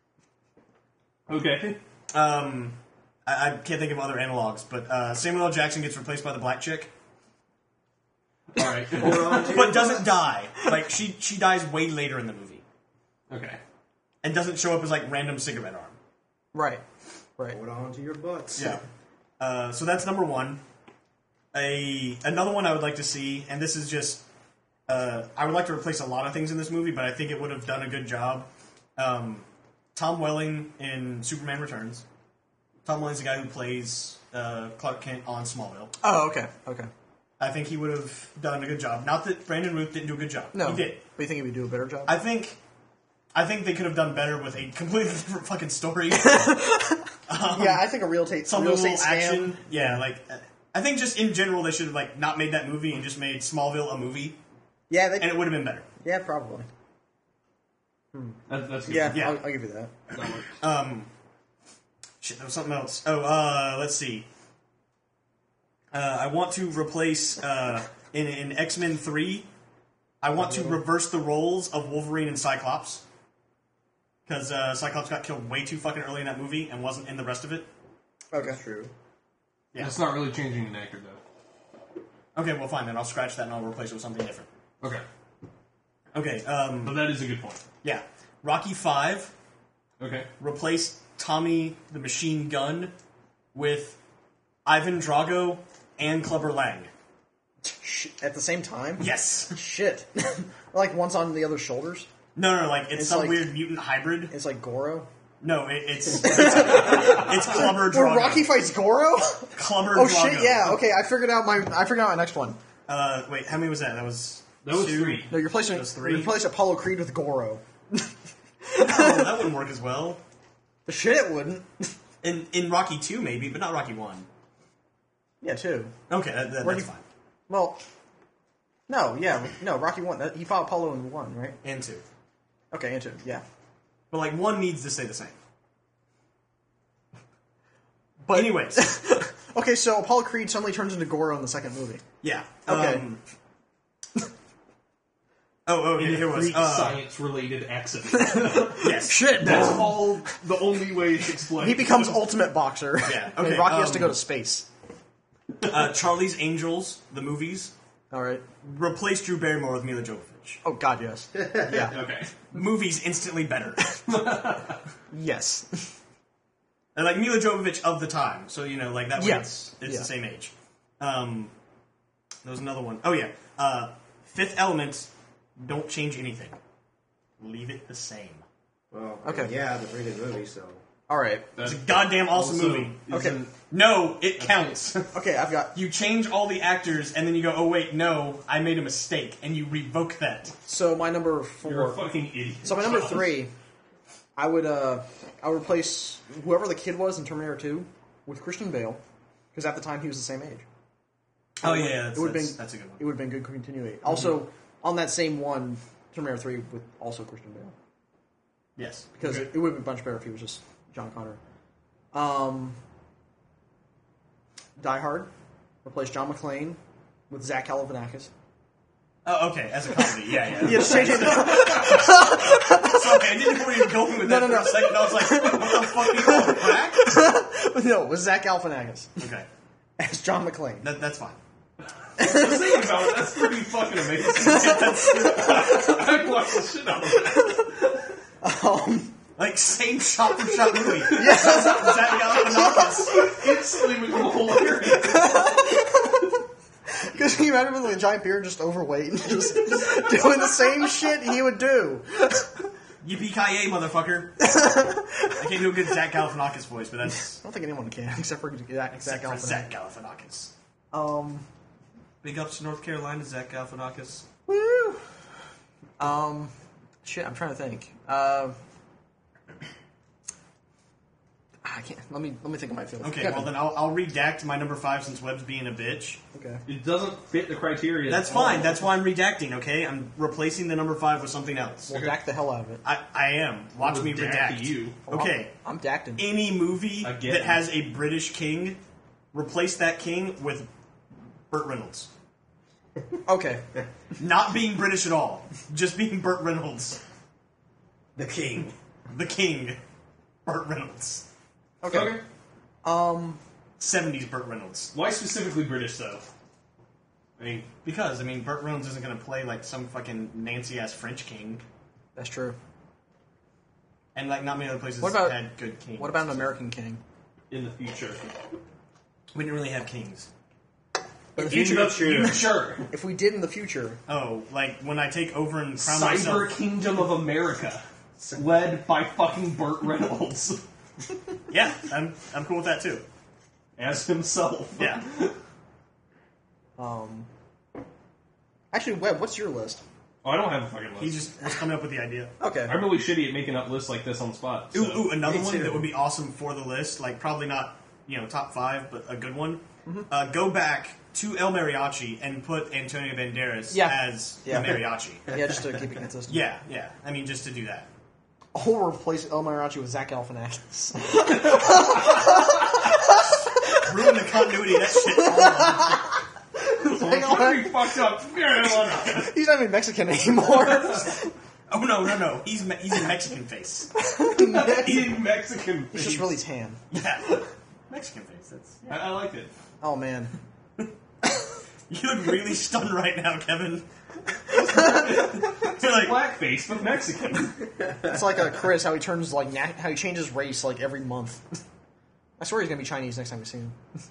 Speaker 4: [laughs] okay.
Speaker 1: Um, I, I can't think of other analogs, but uh, Samuel L. Jackson gets replaced by the black chick,
Speaker 4: All right. [laughs]
Speaker 1: but doesn't die. Like she she dies way later in the movie
Speaker 4: okay.
Speaker 1: and doesn't show up as like random cigarette arm.
Speaker 3: Right. Right.
Speaker 5: Hold on to your butts.
Speaker 1: Yeah. Uh, so that's number one. A another one I would like to see, and this is just uh, I would like to replace a lot of things in this movie, but I think it would have done a good job. Um, Tom Welling in Superman Returns. Tom Welling's the guy who plays uh, Clark Kent on Smallville.
Speaker 3: Oh, okay. Okay.
Speaker 1: I think he would have done a good job. Not that Brandon Ruth didn't do a good job.
Speaker 3: No.
Speaker 1: he did.
Speaker 3: But you think he would do a better job?
Speaker 1: I think I think they could have done better with a completely [laughs] different fucking story.
Speaker 3: yeah, I think a real estate,
Speaker 1: some
Speaker 3: real
Speaker 1: little
Speaker 3: estate scam.
Speaker 1: action. Yeah, like uh, I think just in general they should have like not made that movie and just made Smallville a movie,
Speaker 3: Yeah. They,
Speaker 1: and it would have been better.
Speaker 3: yeah, probably.
Speaker 4: That, that's good.
Speaker 3: Yeah.
Speaker 1: Yeah.
Speaker 3: I'll, I'll give you that.
Speaker 4: That works.
Speaker 1: Shit, there was something else. Oh, uh, let's see. Uh, I want to replace uh, in in X Men Three. I want to reverse the roles of Wolverine and Cyclops because uh, Cyclops got killed way too fucking early in that movie and wasn't in the rest of it.
Speaker 3: Okay.
Speaker 5: That's true.
Speaker 4: That's not really changing an actor though.
Speaker 1: Okay, well, fine then. I'll scratch that and I'll replace it with something different.
Speaker 4: Okay.
Speaker 1: Okay, um,
Speaker 4: But that is a good point.
Speaker 1: yeah, Rocky Five.
Speaker 4: Okay.
Speaker 1: replace Tommy the Machine Gun with Ivan Drago and Clubber Lang.
Speaker 3: Sh- at the same time.
Speaker 1: Yes.
Speaker 3: Shit. [laughs] like one's on the other shoulders.
Speaker 1: No, no, like it's,
Speaker 3: It's
Speaker 1: some
Speaker 3: like-
Speaker 1: weird mutant hybrid.
Speaker 3: It's like Goro.
Speaker 1: No, it,
Speaker 3: [laughs]
Speaker 1: it's, it's it's Clubber
Speaker 3: When
Speaker 1: Drago.
Speaker 3: Rocky fights Goro? [laughs]
Speaker 1: Clubber
Speaker 3: oh
Speaker 1: Drago.
Speaker 3: shit, yeah, okay, I figured out my I figured out my next one.
Speaker 1: Uh, wait, how many was that? That was
Speaker 4: That was
Speaker 1: two?
Speaker 4: three.
Speaker 3: No, you're replacing
Speaker 1: Those three?
Speaker 3: you replace Apollo Creed with Goro.
Speaker 1: No, Oh, that wouldn't work as well.
Speaker 3: The shit it wouldn't. [laughs]
Speaker 1: In in Rocky two maybe, but not Rocky one.
Speaker 3: yeah, too.
Speaker 1: Okay, that, that,
Speaker 3: Rocky-
Speaker 1: that's fine.
Speaker 3: Well, no, yeah, no. Rocky one. That, he fought Apollo in one, right?
Speaker 1: And two,
Speaker 3: Okay, into yeah.
Speaker 1: but like one needs to stay the same.
Speaker 3: But
Speaker 1: Anyways,
Speaker 3: okay, so Apollo Creed suddenly turns into Goro in the second movie.
Speaker 1: yeah.
Speaker 3: Okay.
Speaker 1: Um, [laughs] oh, okay.
Speaker 4: In
Speaker 1: Here
Speaker 4: a
Speaker 1: it was
Speaker 4: freak
Speaker 1: uh,
Speaker 4: science-related [laughs] accident.
Speaker 1: yes.
Speaker 3: Shit,
Speaker 4: That's all. The only way it's explained.
Speaker 3: He becomes Ultimate Boxer. [laughs]
Speaker 1: Yeah,
Speaker 3: and
Speaker 1: okay,
Speaker 3: Rocky has to
Speaker 1: um,
Speaker 3: go to space.
Speaker 1: Uh, Charlie's Angels, the movies,
Speaker 3: All right.
Speaker 1: replaced Drew Barrymore with Mila Jovovich.
Speaker 3: Oh
Speaker 1: [laughs]
Speaker 3: God, yes. Yeah.
Speaker 4: Okay.
Speaker 1: Movies instantly better. [laughs]
Speaker 3: yes. [laughs]
Speaker 1: And, like Mila Jovovich of the time. So you know, like that. Way
Speaker 3: Yes.
Speaker 1: it's, it's
Speaker 3: Yeah.
Speaker 1: the same age. Um, there was another one. Oh yeah, uh, Fifth Element. Don't change anything. Leave it the same.
Speaker 5: Well,
Speaker 3: Okay.
Speaker 5: Yeah, the freaking movie. So
Speaker 3: All right.
Speaker 1: It's a goddamn awesome
Speaker 4: Also,
Speaker 1: movie.
Speaker 3: Okay.
Speaker 1: No, it counts.
Speaker 3: Okay, I've got
Speaker 1: you change all the actors, and then you go, "Oh wait, no, I made a mistake," and you revoke that.
Speaker 3: so my number 4
Speaker 4: You're a fucking idiot.
Speaker 3: So my number
Speaker 4: Sean.
Speaker 3: three, I would uh, I would replace whoever the kid was in Terminator Two with Christian Bale, because at the time he was the same age.
Speaker 1: Oh yeah, that's,
Speaker 3: It would have
Speaker 1: that's,
Speaker 3: been
Speaker 1: that's a good one. Mm-hmm.
Speaker 3: It would have been good continuity. Also, on that same one, Terminator Three with also Christian Bale,
Speaker 1: yes,
Speaker 3: because it, it would have been much better if he was just John Connor. Um, Die Hard, replace John McClane with Zach Galifianakis.
Speaker 1: Oh, okay, as a comedy, yeah, yeah.
Speaker 3: [laughs] Yes, change it.
Speaker 1: Sorry, I didn't know where you were
Speaker 3: [laughs]
Speaker 1: going with that
Speaker 3: No, no,
Speaker 1: for a second. I was like, what the fuck? You call crack?
Speaker 3: no, with Zach Galifianakis
Speaker 1: Okay,
Speaker 3: as John McClane.
Speaker 1: that, that's fine.
Speaker 4: Just think about it. That's pretty fucking amazing. I watched the shit out of that.
Speaker 1: Like same shot for shot
Speaker 3: [laughs]
Speaker 1: movie. Yeah, that's not Zach Galifianakis.
Speaker 4: Instantly become hilarious.
Speaker 3: Because can you imagine with a giant beard just overweight and just [laughs] doing the same shit he would do?
Speaker 1: Yippee ki
Speaker 3: [laughs]
Speaker 1: motherfucker! I can't do a good Zach Galifianakis voice, but that's
Speaker 3: I don't think anyone can except for Zach, Zach
Speaker 1: Zach,
Speaker 3: Galifianakis.
Speaker 1: Zach Galifianakis.
Speaker 3: Um,
Speaker 1: Big ups to North Carolina, Zach Galifianakis.
Speaker 3: woo. Um, shit, I'm trying to think. Uh, I can't. Let me let me think of my favorite.
Speaker 1: Okay,
Speaker 3: Yeah.
Speaker 1: well then I'll, I'll redact my number five since Webb's being a bitch.
Speaker 3: Okay.
Speaker 4: It doesn't fit the criteria.
Speaker 1: That's
Speaker 4: at all.
Speaker 1: fine. That's why I'm redacting. Okay, I'm replacing the number five with something else.
Speaker 3: We'll dack the hell out of it.
Speaker 1: I, I am. Watch me
Speaker 4: Redact
Speaker 1: redact.
Speaker 4: you.
Speaker 1: Okay.
Speaker 3: I'm, I'm dacting.
Speaker 1: Any movie
Speaker 4: Again.
Speaker 1: that has a British king, replace that king with Burt Reynolds.
Speaker 3: Okay.
Speaker 1: Not being British at all, just being Burt Reynolds,
Speaker 5: the king.
Speaker 1: the king, Burt Reynolds,
Speaker 3: Okay.
Speaker 4: Okay.
Speaker 3: Um.
Speaker 1: seventies Burt Reynolds.
Speaker 4: Why specifically British though? I mean,
Speaker 1: Because I mean, Burt Reynolds isn't going to play like some fucking nancy ass French king,
Speaker 3: That's true.
Speaker 1: and like not many other places
Speaker 3: What about-
Speaker 1: had good kings.
Speaker 3: What about an American king?
Speaker 4: in the future.
Speaker 1: We didn't really have kings.
Speaker 3: But if,
Speaker 4: In
Speaker 3: you-
Speaker 4: the future.
Speaker 3: if we did in the future,
Speaker 1: Oh, like when I take over and crown
Speaker 4: Cyber
Speaker 1: myself.
Speaker 4: Kingdom of America, led by fucking Burt Reynolds [laughs]
Speaker 1: Yeah, I'm I'm cool with that too.
Speaker 4: as himself.
Speaker 1: Yeah.
Speaker 3: um. Actually, Webb, what's your list?
Speaker 4: Oh, I don't have a fucking list.
Speaker 1: He just was coming up with the idea.
Speaker 3: Okay.
Speaker 4: I'm really shitty at making up lists like this on the spot. so-
Speaker 1: Ooh, ooh, another
Speaker 5: Me
Speaker 1: one
Speaker 5: too.
Speaker 1: that would be awesome for the list. Like probably not, you know, top five, but a good one.
Speaker 3: Mm-hmm.
Speaker 1: Uh, go back to El Mariachi and put Antonio Banderas
Speaker 3: Yeah.
Speaker 1: as
Speaker 3: Yeah.
Speaker 1: the mariachi.
Speaker 3: Yeah, just to keep it consistent.
Speaker 1: yeah, yeah. I mean, just to do that.
Speaker 3: Or replace El Mariachi with Zach Galifianakis. [laughs]
Speaker 1: Ruin the continuity of that shit. all along.
Speaker 4: Well, it's pretty fucked up. [laughs] Yeah, why not?
Speaker 3: He's not even Mexican anymore. [laughs]
Speaker 1: oh no, no, no. He's me- he's a Mexican face.
Speaker 4: Eating Mexican.
Speaker 3: He's just really tan.
Speaker 1: Yeah, Mexican face. That's.
Speaker 4: I, I liked it.
Speaker 3: Oh man.
Speaker 1: You look really stunned right now, Kevin. [laughs] You're like,
Speaker 4: Blackface, but Mexican.
Speaker 3: It's like a Chris how he turns like na- how he changes race like every month. [laughs] I swear he's gonna be Chinese next time we see him.
Speaker 5: Is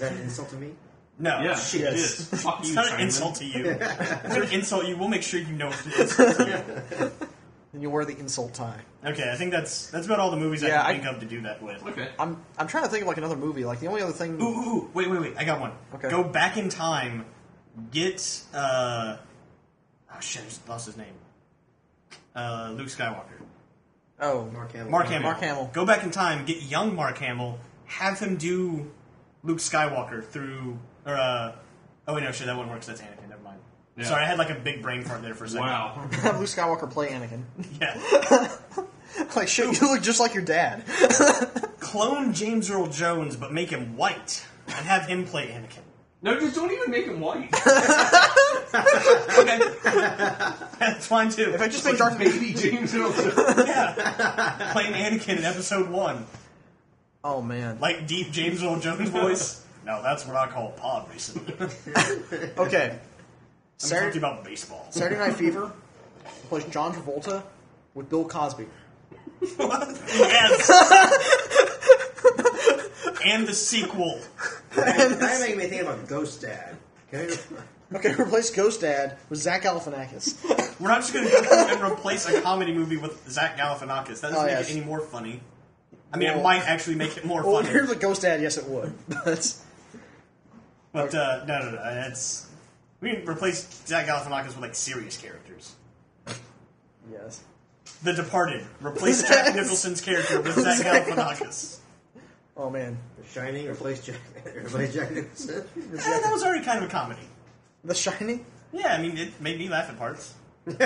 Speaker 5: that an insult to me?
Speaker 1: no,
Speaker 4: [laughs] [laughs] Yeah,
Speaker 1: shit.
Speaker 4: it is. Fuck you,
Speaker 1: It's not an
Speaker 4: Simon.
Speaker 1: insult to you. It's not an insult to you. We'll make sure you know it's an insult to you.
Speaker 3: And you wear the insult tie.
Speaker 1: Okay, I think that's that's about all the movies
Speaker 3: Yeah,
Speaker 1: I
Speaker 3: I-
Speaker 1: can think of to do that with.
Speaker 4: Okay.
Speaker 3: I'm I'm trying to think of like another movie. Like the only other thing.
Speaker 1: Ooh, ooh, ooh, wait, wait, wait. I got one.
Speaker 3: Okay.
Speaker 1: Go back in time. ah, Get uh. Oh shit! I just lost his name. uh, Luke Skywalker.
Speaker 3: Oh,
Speaker 5: Mark Hamill.
Speaker 1: Mark Hamill.
Speaker 3: Mark Hamill.
Speaker 1: Go back in time, get young Mark Hamill, have him do Luke Skywalker through, or uh, oh wait, no, shit, that one works. That's Anakin. Never mind.
Speaker 4: Yeah.
Speaker 1: Sorry, I had like a big brain fart there for a second.
Speaker 4: [laughs] Wow.
Speaker 3: Have Luke Skywalker play [laughs] Anakin.
Speaker 1: Yeah.
Speaker 3: [laughs] like, shit, you look just like your dad. [laughs]
Speaker 1: Clone James Earl Jones, but make him white and have him play Anakin. [laughs]
Speaker 4: No, just don't even make him [laughs] white.
Speaker 1: Okay. That's fine too.
Speaker 3: If I just make Darth Vader.
Speaker 4: Baby James Earl Jones.
Speaker 1: [laughs] Yeah. Playing Anakin in episode one.
Speaker 3: Oh man.
Speaker 1: Like deep James Earl Jones
Speaker 3: [laughs]
Speaker 1: voice. No, that's what I call pod racing. I'm
Speaker 3: Okay.
Speaker 1: talking
Speaker 3: Saturday,
Speaker 1: about baseball.
Speaker 3: Saturday Night Fever plays John Travolta with Bill Cosby.
Speaker 1: [laughs]
Speaker 3: [laughs]
Speaker 1: yes. and the sequel.
Speaker 5: That making me think about Ghost Dad. Can I,
Speaker 3: Okay, [laughs] replace Ghost Dad with Zach Galifianakis.
Speaker 1: We're not just going to go through and replace a comedy movie with Zach Galifianakis. That doesn't
Speaker 3: Oh,
Speaker 1: make
Speaker 3: yes.
Speaker 1: it any more funny. I mean, it
Speaker 3: Well-
Speaker 1: might actually make it more
Speaker 3: [laughs] [laughs] well,
Speaker 1: funny.
Speaker 3: here's a Ghost Dad. Yes, it [laughs] would. But
Speaker 1: But uh, no, no, no. That's we can replace Zach Galifianakis with like serious characters.
Speaker 3: yes.
Speaker 1: The Departed.
Speaker 3: [laughs]
Speaker 1: Replace Jack Nicholson's character with Zach
Speaker 3: Zach
Speaker 1: Galifianakis.
Speaker 3: Oh man.
Speaker 5: the Shining replace Jack [laughs] replace Jack Nicholson.
Speaker 1: Eh, that was already kind of a comedy.
Speaker 3: The Shining. [laughs]
Speaker 1: Yeah, I mean, it made me laugh at parts. I, mean,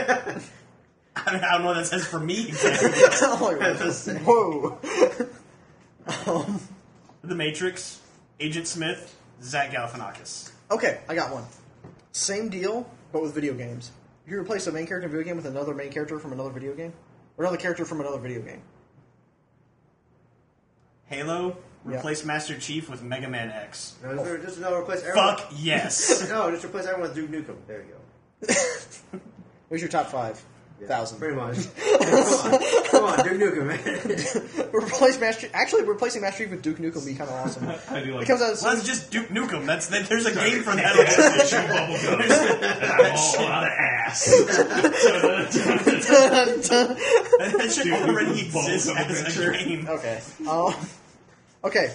Speaker 1: I don't know what that says for me exactly.
Speaker 3: [laughs] Oh, my God. Whoa.
Speaker 1: the Matrix, Agent Smith, Zach Galifianakis.
Speaker 3: Okay, I got one. Same deal, but with video games. You replace a main character in a video game with another main character from another video game, or another character from another video game.
Speaker 1: Halo,
Speaker 3: Yeah.
Speaker 1: replace Master Chief with Mega Man X.
Speaker 5: No, just- just no replace everyone.
Speaker 1: Fuck
Speaker 3: [laughs]
Speaker 1: yes.
Speaker 5: No, just replace everyone with Duke Nukem. There you go.
Speaker 3: Who's your top five
Speaker 5: Yeah,
Speaker 3: thousand? [laughs]
Speaker 5: Pretty [laughs] much. come, on, come on, Duke Nukem, man.
Speaker 3: Replace Master. Actually, replacing Master Chief with Duke Nukem would be kind of awesome.
Speaker 5: [laughs]
Speaker 3: it
Speaker 4: I do like
Speaker 3: comes out. As
Speaker 1: Well, that's just Duke Nukem. That's that, there's a game for that.
Speaker 3: [laughs]
Speaker 4: [laughs]
Speaker 1: that shit, that, that shit already exists as a game.
Speaker 3: okay. Um, [laughs] okay.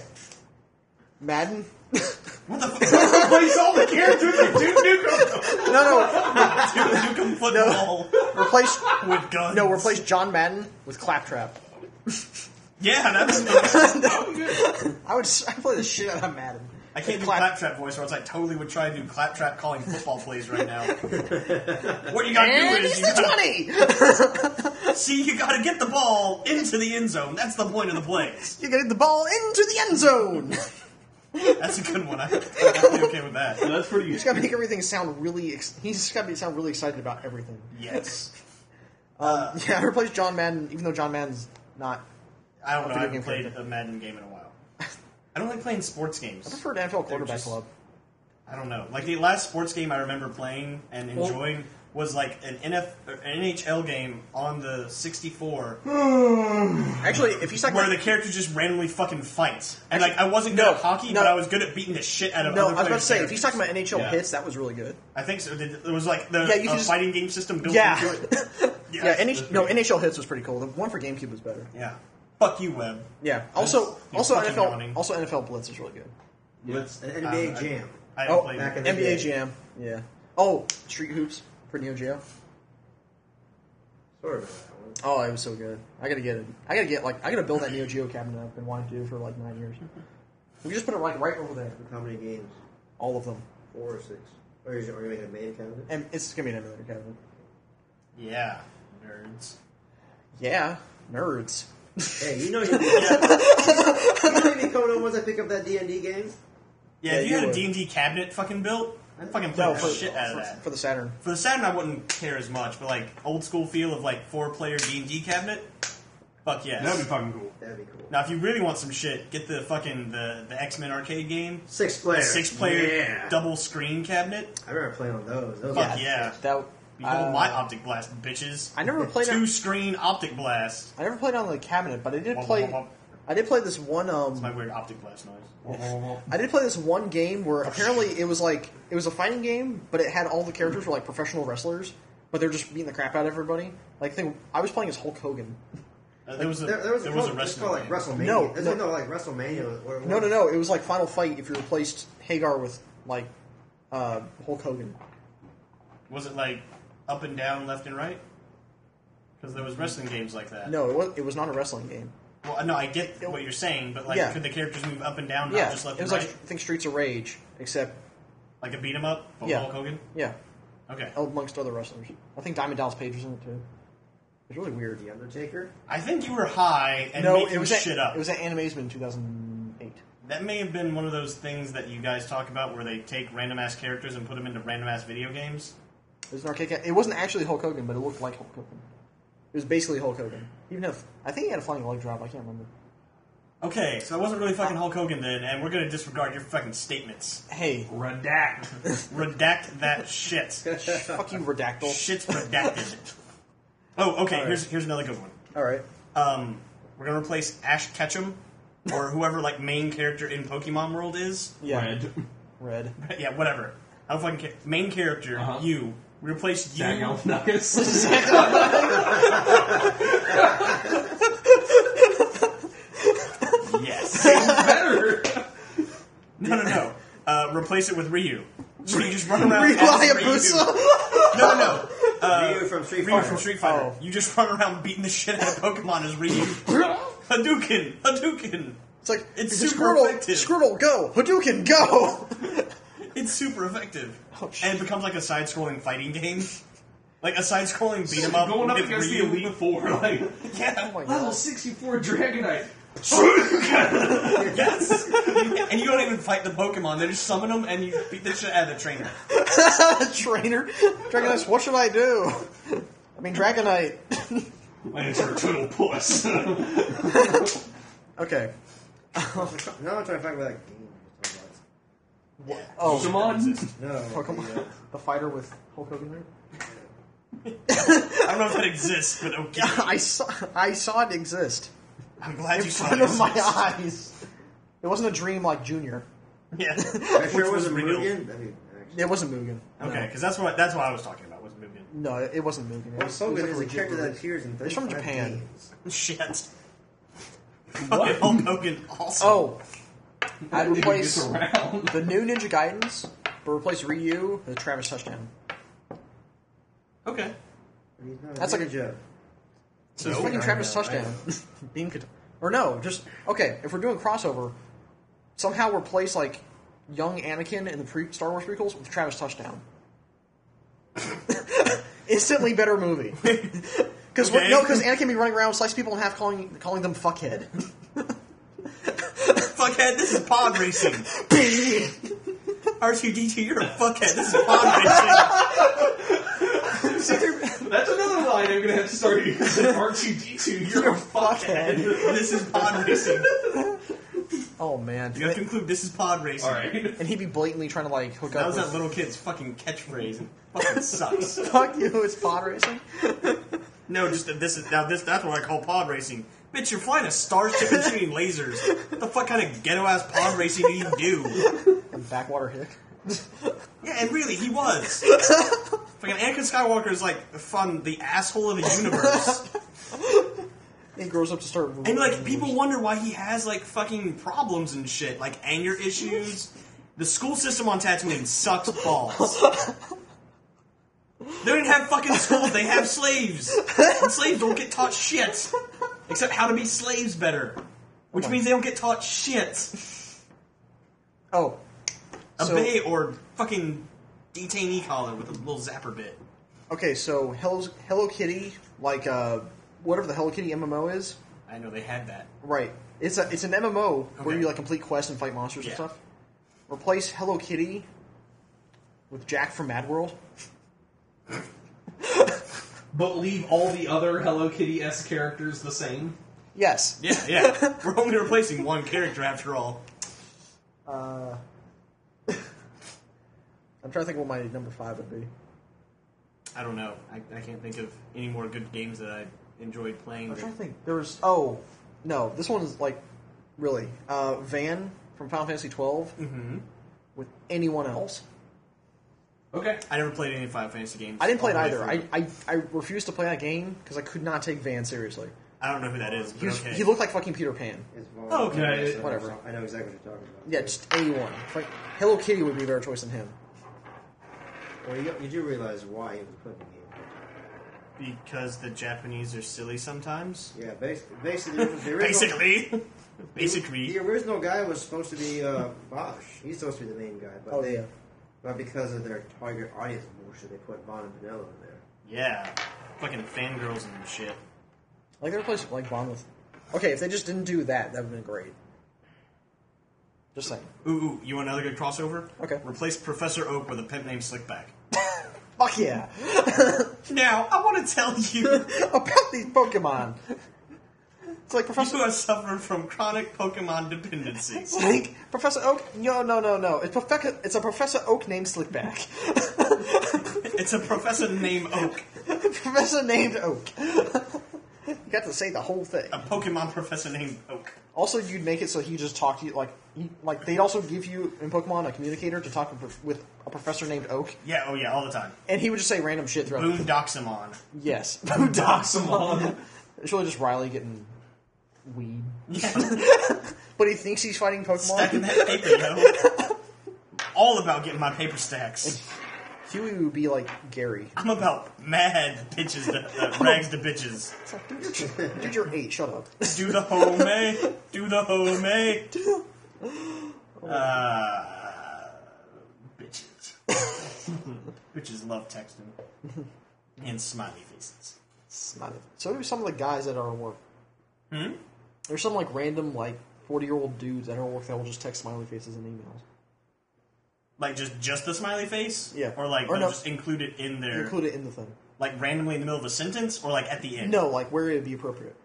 Speaker 3: Madden.
Speaker 5: [laughs]
Speaker 1: What
Speaker 3: [laughs]
Speaker 1: the fuck?
Speaker 4: Replace all the characters with Duke Nukem.
Speaker 3: No, no.
Speaker 1: Duke Nukem football
Speaker 3: Replace.
Speaker 1: with guns.
Speaker 3: No, replace John Madden with Claptrap.
Speaker 1: Yeah, that's.
Speaker 3: I would. I play the shit out of Madden.
Speaker 1: I can't do
Speaker 3: Clap-
Speaker 1: claptrap voice, or else I totally would try to do claptrap calling football plays right
Speaker 3: [laughs]
Speaker 1: now. what you gotta
Speaker 3: And
Speaker 1: do
Speaker 3: he's
Speaker 1: is you
Speaker 3: the
Speaker 1: gotta,
Speaker 3: twenty.
Speaker 1: see you gotta get the ball into the end zone. That's the point of the plays.
Speaker 3: [laughs] You're getting the ball into the end zone. You
Speaker 1: That's a good one. I, I'm definitely okay with that.
Speaker 4: That's pretty.
Speaker 3: just gotta
Speaker 4: [laughs]
Speaker 3: make everything sound really. Ex- he's just gotta be, sound really excited about everything. Uh,
Speaker 1: Yes.
Speaker 3: Yeah, I replaced John Madden, even though John Madden's not.
Speaker 1: I don't know. I
Speaker 3: Video game
Speaker 1: haven't played
Speaker 3: character.
Speaker 1: a Madden game in a
Speaker 3: [laughs]
Speaker 1: while. I don't like playing sports games.
Speaker 3: For an NFL quarterback
Speaker 1: just-
Speaker 3: club.
Speaker 1: I don't know. Like the last sports game I remember playing and enjoying was like an NF or an NHL game on the 64
Speaker 3: Hmm. Actually, if you suck
Speaker 1: where the characters just randomly fucking fight. And like I wasn't good
Speaker 3: No,
Speaker 1: at hockey,
Speaker 3: no.
Speaker 1: but I was good at beating the shit out of
Speaker 3: No, I
Speaker 1: other
Speaker 3: was about
Speaker 1: players'
Speaker 3: to say, if
Speaker 1: characters.
Speaker 3: he's talking about NHL
Speaker 4: Yeah.
Speaker 3: hits, that was really good.
Speaker 1: I think so. Did- There was like the
Speaker 3: Yeah, you
Speaker 1: a
Speaker 3: can just-
Speaker 1: fighting game system built
Speaker 3: Yeah.
Speaker 1: into it. Yes.
Speaker 3: [laughs] Yeah, NH- no, NHL hits was pretty cool. The one for GameCube was better.
Speaker 1: Yeah. Fuck you, Webb.
Speaker 3: Yeah. Also,
Speaker 1: You're
Speaker 3: also
Speaker 1: fucking
Speaker 3: NFL,
Speaker 1: yawning.
Speaker 3: also NFL Blitz is really good.
Speaker 5: Let's an NBA
Speaker 1: Um, I-
Speaker 5: Jam.
Speaker 1: I haven't
Speaker 3: Oh,
Speaker 1: played
Speaker 5: back in the-
Speaker 3: NBA
Speaker 5: NBA.
Speaker 3: Jam. Yeah. Oh, Street Hoops for Neo Geo.
Speaker 5: Sorry about that one.
Speaker 3: Oh, it was so good. I gotta get it. I gotta get like I gotta build that Neo Geo cabinet I've been wanting to do for like nine years. We just put it like right over there.
Speaker 5: How many games?
Speaker 3: All of them,
Speaker 5: Four or six? Or is it, are you making a main cabinet?
Speaker 3: and it's gonna be an emulator cabinet.
Speaker 1: Yeah. Nerds.
Speaker 3: Yeah, nerds.
Speaker 5: Hey, you know you'd be, you know you'd be coming home once I pick up that D and D game.
Speaker 1: Yeah,
Speaker 3: Yeah,
Speaker 1: if you,
Speaker 3: you
Speaker 1: had a
Speaker 3: would.
Speaker 1: D&D cabinet fucking built, I'd fucking play
Speaker 3: No,
Speaker 1: the
Speaker 3: for,
Speaker 1: shit out of that.
Speaker 3: for the Saturn.
Speaker 1: For the Saturn, I wouldn't care as much, but like old school feel of like four player D and D cabinet. Fuck yes.
Speaker 4: That'd be fucking cool.
Speaker 5: That'd be cool.
Speaker 1: now, if you really want some shit, get the fucking the, the X Men arcade game,
Speaker 5: Six players.
Speaker 1: six player
Speaker 5: Yeah.
Speaker 1: double screen cabinet.
Speaker 5: I remember playing on those. Those
Speaker 1: Fuck
Speaker 5: were-
Speaker 1: yeah.
Speaker 3: That.
Speaker 1: Behold
Speaker 3: Uh,
Speaker 1: my optic blast, bitches.
Speaker 3: I never played.
Speaker 1: Two
Speaker 3: On,
Speaker 1: screen optic blast.
Speaker 3: I never played on the cabinet, but I did
Speaker 1: Womp,
Speaker 3: play.
Speaker 1: womp, womp.
Speaker 3: I did play this one. Um,
Speaker 1: My weird optic blast noise.
Speaker 3: I did play this one game where
Speaker 1: Oh,
Speaker 3: apparently it was like it was a fighting game, but it had all the characters were like professional wrestlers, but they're just beating the crap out of everybody. Like, I think I was playing as Hulk Hogan.
Speaker 1: Uh, there was a
Speaker 5: [laughs] There, there was a, called- it's
Speaker 1: wrestling.
Speaker 5: called like
Speaker 1: game.
Speaker 5: WrestleMania.
Speaker 3: No,
Speaker 5: There's
Speaker 3: no.
Speaker 5: no, like WrestleMania. Or,
Speaker 3: No, no, no. It was like Final Fight if you replaced Hagar with like uh, Hulk Hogan.
Speaker 1: Was it like up and down, left and right? 'Cause Because there was wrestling games like that.
Speaker 3: No, it was, it was not a wrestling game.
Speaker 1: Well, no, I get what you're saying, but like,
Speaker 3: Yeah.
Speaker 1: could the characters move up and down, not
Speaker 3: Yeah,
Speaker 1: just left
Speaker 3: it was
Speaker 1: and
Speaker 3: like
Speaker 1: right?
Speaker 3: I think Streets of Rage, except
Speaker 1: Like, a beat 'em up, but
Speaker 3: Yeah. Oh.
Speaker 1: Hulk Hogan.
Speaker 3: yeah,
Speaker 1: Okay.
Speaker 3: amongst other wrestlers. I think Diamond Dallas Page was in it too. It's really weird.
Speaker 5: The Undertaker.
Speaker 1: I think you were high and
Speaker 3: No,
Speaker 1: making
Speaker 3: it was at,
Speaker 1: shit up.
Speaker 3: It was at Animazeman in 2008.
Speaker 1: that may have been one of those things that you guys talk about where they take random ass characters and put them into random ass video games.
Speaker 3: It was an arcade. Ca- it wasn't actually Hulk Hogan, but it looked like Hulk Hogan. It was basically Hulk Hogan. Even if I think he had a flying leg drop, I can't remember.
Speaker 1: Okay, so I wasn't really fucking Hulk Hogan then, and we're gonna disregard your fucking statements.
Speaker 3: Hey,
Speaker 4: Redact.
Speaker 1: Redact that shit.
Speaker 3: [laughs] fuck you, Redactyl.
Speaker 1: Shit's redacted. Oh, okay. Here's here's another good one.
Speaker 3: All right.
Speaker 1: Um, we're gonna replace Ash Ketchum or whoever like main character in Pokemon World is.
Speaker 3: Yeah.
Speaker 4: Red. [laughs]
Speaker 3: Red.
Speaker 1: yeah, whatever. I don't fucking care. Main character,
Speaker 4: Uh-huh.
Speaker 1: you. We replaced you.
Speaker 4: Dag [laughs] Nuggets.
Speaker 1: [laughs]
Speaker 4: [laughs]
Speaker 1: Yes.
Speaker 4: Better.
Speaker 1: No, no, no. Uh, replace it with Ryu. So you just run around. as Ryu.
Speaker 3: Hayabusa. Oh.
Speaker 1: No, no,
Speaker 3: [laughs]
Speaker 1: no.
Speaker 5: Ryu from Street
Speaker 1: Ryu
Speaker 5: Fighter.
Speaker 1: from Street Fighter. You just run around beating the shit out of Pokemon as Ryu. Hadouken! Hadouken!
Speaker 3: [laughs] It's like
Speaker 1: It's
Speaker 3: it's
Speaker 1: super
Speaker 3: Squirtle,
Speaker 1: effective.
Speaker 3: Squirtle, go! Hadouken,
Speaker 1: [laughs]
Speaker 3: go!
Speaker 1: It's super effective.
Speaker 3: Oh, shit.
Speaker 1: and it becomes like a side scrolling fighting game. Like a side scrolling beat 'em up.
Speaker 4: Going up
Speaker 1: with
Speaker 4: against the
Speaker 1: Ryu.
Speaker 4: Elite Four. [laughs] Like,
Speaker 1: [laughs] Yeah.
Speaker 3: Oh my
Speaker 4: level
Speaker 3: god.
Speaker 4: 64 Dragonite.
Speaker 1: Yes. [laughs] and you don't even fight the Pokemon. They just summon them and you beat the shit out of the trainer.
Speaker 3: [laughs] Trainer, Dragonite, what should I do? I mean, Dragonite.
Speaker 4: Lancer Total Puss.
Speaker 3: Okay.
Speaker 5: [laughs] No, I'm trying to talk about that game.
Speaker 3: Oh,
Speaker 4: Pokemon.
Speaker 5: No, uh,
Speaker 3: Pokemon, the fighter with Hulk Hogan. in it?
Speaker 1: I don't know if that exists, but okay.
Speaker 3: [laughs] I saw, I saw it exist
Speaker 1: I'm glad
Speaker 3: in
Speaker 1: you saw
Speaker 3: front of
Speaker 1: this. [laughs]
Speaker 3: my eyes. It wasn't a dream like Junior.
Speaker 1: Yeah.
Speaker 5: That
Speaker 1: Which
Speaker 5: sure was a
Speaker 1: real.
Speaker 5: Mugen. That'd be actually.
Speaker 3: It wasn't Mugen. No.
Speaker 1: Okay, because that's what that's what I was talking about was Mugen.
Speaker 3: [laughs] No, it wasn't Mugen. It was, it was like
Speaker 5: Hogan
Speaker 3: a
Speaker 5: is a
Speaker 3: legit
Speaker 5: character that
Speaker 3: movie.
Speaker 5: appears in 35
Speaker 3: It's from Japan.
Speaker 5: games.
Speaker 1: Shit. Fucking Hulk Hogan also.
Speaker 3: Oh, I'd
Speaker 4: Did you get
Speaker 3: replace
Speaker 4: around?
Speaker 3: the new Ninja Guidance, but replace Ryu with Travis Touchdown.
Speaker 1: Okay.
Speaker 5: I mean, no,
Speaker 3: That's like a-
Speaker 5: joke.
Speaker 1: So
Speaker 3: It's fucking
Speaker 5: I
Speaker 3: Travis
Speaker 5: know, I
Speaker 3: touchdown. [laughs] Beam cat- or no, just okay. If we're doing crossover, somehow replace like young Anakin in the pre Star Wars prequels with Travis touchdown. [laughs] Instantly better [laughs] movie. Because
Speaker 1: Okay.
Speaker 3: no, because Anakin be running around slicing people in half, calling calling them fuckhead.
Speaker 1: fuckhead, this is pod racing.
Speaker 3: [laughs] That's
Speaker 1: R2D2, you're a fuckhead. This is pod
Speaker 3: [laughs]
Speaker 1: racing.
Speaker 4: That's another line I'm gonna have to [laughs] start using. R2D2, you're a fuckhead.
Speaker 1: This is pod racing.
Speaker 3: [laughs] Oh man,
Speaker 1: You have to include this is pod racing.
Speaker 4: [laughs] Alright.
Speaker 3: and he'd be blatantly trying to like hook
Speaker 1: That
Speaker 3: up.
Speaker 1: was
Speaker 3: with,
Speaker 1: that little kid's fucking catchphrase. It fucking
Speaker 3: [laughs]
Speaker 1: sucks.
Speaker 3: Fuck you! It's pod racing.
Speaker 1: No, just that this is now this that's what I call pod racing. Bitch, you're flying a starship and shooting lasers. What the fuck kind of ghetto ass pod racing do you do?
Speaker 3: And backwater hick.
Speaker 1: Yeah, and really, he
Speaker 3: [laughs]
Speaker 1: was. Fucking Anakin Skywalker is like fun, the asshole of the
Speaker 3: [laughs]
Speaker 1: universe.
Speaker 3: He grows up to start.
Speaker 1: And like people wonder why he has like fucking problems and shit, like anger issues. The school system on Tatooine sucks
Speaker 3: [laughs]
Speaker 1: balls. They don't have fucking schools, they have slaves. And slaves don't get taught shit. Except how to be slaves better. Which means they don't get taught shit.
Speaker 3: Oh, So-
Speaker 1: Obey or fucking detainee collar with a little zapper bit.
Speaker 3: Okay, so Hello's, Hello Kitty, like uh, whatever the Hello Kitty MMO is,
Speaker 1: I know they had that.
Speaker 3: right? It's a it's an MMO where
Speaker 1: Okay.
Speaker 3: you like complete quests and fight monsters
Speaker 1: Yeah.
Speaker 3: and stuff. Replace Hello Kitty with Jack from Mad World.
Speaker 4: But leave all the other Hello Kitty S characters the same.
Speaker 3: Yes.
Speaker 1: Yeah, yeah. We're only replacing one character after all.
Speaker 3: I'm trying to think what my number five would be.
Speaker 1: I don't know. I, I can't think of any more good games that I enjoyed playing.
Speaker 3: I'm trying to think. There was oh no, this one is like really uh, Van from Final Fantasy 12
Speaker 1: Mm-hmm.
Speaker 3: with anyone else.
Speaker 4: Okay.
Speaker 1: I never played any Final Fantasy games.
Speaker 3: I didn't play it
Speaker 1: all the
Speaker 3: either.
Speaker 1: way
Speaker 3: I,
Speaker 1: through.
Speaker 3: I I refused to play that game because I could not take Van seriously.
Speaker 1: I don't know who that is,
Speaker 3: He,
Speaker 1: but
Speaker 3: was,
Speaker 1: okay.
Speaker 3: he looked like fucking Peter Pan.
Speaker 5: It's
Speaker 1: Oh, okay,
Speaker 5: so-
Speaker 3: whatever.
Speaker 5: I know exactly what you're talking about.
Speaker 3: Yeah, just anyone. Like Hello Kitty would be a better choice than him.
Speaker 5: Well, you, you do realize why he was put in the game.
Speaker 1: because the Japanese are silly sometimes.
Speaker 5: Yeah, basically, basically, the
Speaker 1: [laughs]
Speaker 5: original,
Speaker 1: Basically,
Speaker 5: the
Speaker 1: [laughs] basically,
Speaker 5: original guy was supposed to be uh, Bosch. He's supposed to be the main guy, but
Speaker 3: Oh,
Speaker 5: they,
Speaker 3: yeah.
Speaker 5: but because of their target audience bullshit, they put Bon and Vanilla in there.
Speaker 1: yeah, fucking fangirls and shit.
Speaker 3: Like they replaced like Bond with. Okay, if they just didn't do that, that would have been great. Just saying.
Speaker 1: Ooh, ooh, you want another good crossover?
Speaker 3: Okay.
Speaker 1: Replace Professor Oak with a pimp named Slickback.
Speaker 3: Fuck yeah! [laughs]
Speaker 1: Now, I want to tell you,
Speaker 3: About these Pokemon. It's like Professor
Speaker 1: you have suffered from chronic Pokemon dependency.
Speaker 3: Snake, Professor Oak. No, no, no, no. It's Professor. It's a Professor Oak named Slickback. [laughs]
Speaker 1: It's a professor named Oak,
Speaker 3: professor named Oak. [laughs] you got to say the whole thing.
Speaker 1: a Pokemon professor named Oak.
Speaker 3: Also, you'd make it so he just talked to you like he, like they'd also give you in Pokemon a communicator to talk with, with a professor named Oak,
Speaker 1: Yeah, oh yeah, all the time.
Speaker 3: and he would just say random shit throughout.
Speaker 1: Boon Doxamon.
Speaker 3: Yes, [laughs] Doxamon.
Speaker 4: Doxamon.
Speaker 3: it's really just Riley getting weed, [laughs] but he thinks he's fighting
Speaker 1: Stacking
Speaker 3: Pokemon.
Speaker 1: that paper, yo. All about getting my paper stacks.
Speaker 3: Huey would be like Gary. [laughs]
Speaker 1: I'm about mad bitches that, that rags to bitches.
Speaker 3: It's like, dude, you're, dude, you're eight. Shut up. [laughs]
Speaker 1: Do the homey, do the homey. Uh, bitches. [laughs] bitches love texting. And smiley faces.
Speaker 3: Not it. So there's some of the guys at our work. Hmm? There's some like random like forty year old dudes at our work that will just text smiley faces and emails.
Speaker 1: Like just just the smiley face?
Speaker 3: Yeah.
Speaker 1: Or like
Speaker 3: Or
Speaker 1: they'll
Speaker 3: no.
Speaker 1: just include it in their
Speaker 3: Include it in the thing.
Speaker 1: like randomly in the middle of a sentence or like at the end?
Speaker 3: No, like where it would be appropriate.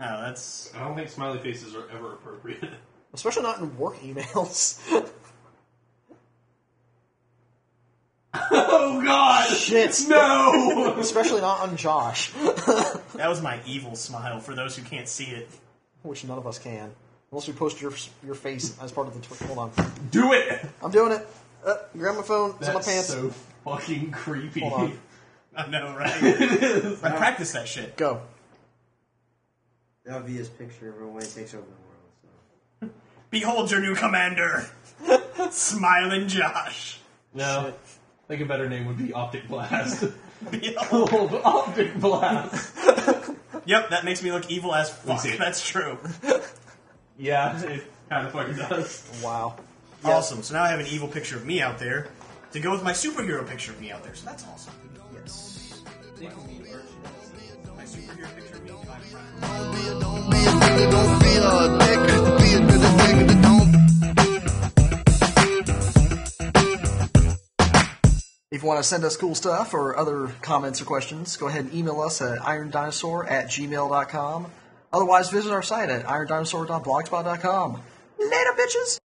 Speaker 1: Oh, that's
Speaker 4: I don't think smiley faces are ever
Speaker 1: [laughs]
Speaker 4: appropriate.
Speaker 3: Especially not in work emails. [laughs]
Speaker 4: oh god!
Speaker 3: Shit.
Speaker 4: No!
Speaker 3: Especially not on Josh, [laughs]
Speaker 1: that was my evil smile for those who can't see it.
Speaker 3: which none of us can. Unless we post your your face as part of the Twitch. Hold on.
Speaker 4: [laughs] Do it!
Speaker 3: I'm doing it. Uh, grab my phone. It's on my
Speaker 4: That's
Speaker 3: pants.
Speaker 4: so fucking creepy.
Speaker 3: Hold on.
Speaker 1: I know,
Speaker 3: [laughs]
Speaker 1: right? I practice that shit.
Speaker 3: Go.
Speaker 5: That would be his picture of when he takes over the world. So.
Speaker 1: Behold your new
Speaker 3: [laughs]
Speaker 1: commander, Smiling Josh.
Speaker 4: [laughs] No. I think a better name would be Optic Blast. [laughs]
Speaker 1: Behold-
Speaker 4: Old Optic Blast. [laughs]
Speaker 1: yep, that makes me look evil as fuck.
Speaker 4: see it.
Speaker 1: That's
Speaker 4: [laughs]
Speaker 1: true.
Speaker 4: Yeah, it kind of
Speaker 1: [laughs]
Speaker 4: fucking does.
Speaker 3: Wow.
Speaker 1: Awesome. So now I have an evil picture of me out there to go with my superhero picture of me out there. So that's awesome.
Speaker 3: Yes.
Speaker 1: My superhero picture of me.
Speaker 7: Don't be offended, don't be a dick. Be a good dick, don't
Speaker 3: If you want to send us cool stuff or other comments or questions, go ahead and email us at irondinosaur at gmail.com. Otherwise, visit our site at irondinosaur.blogspot.com. Later, bitches!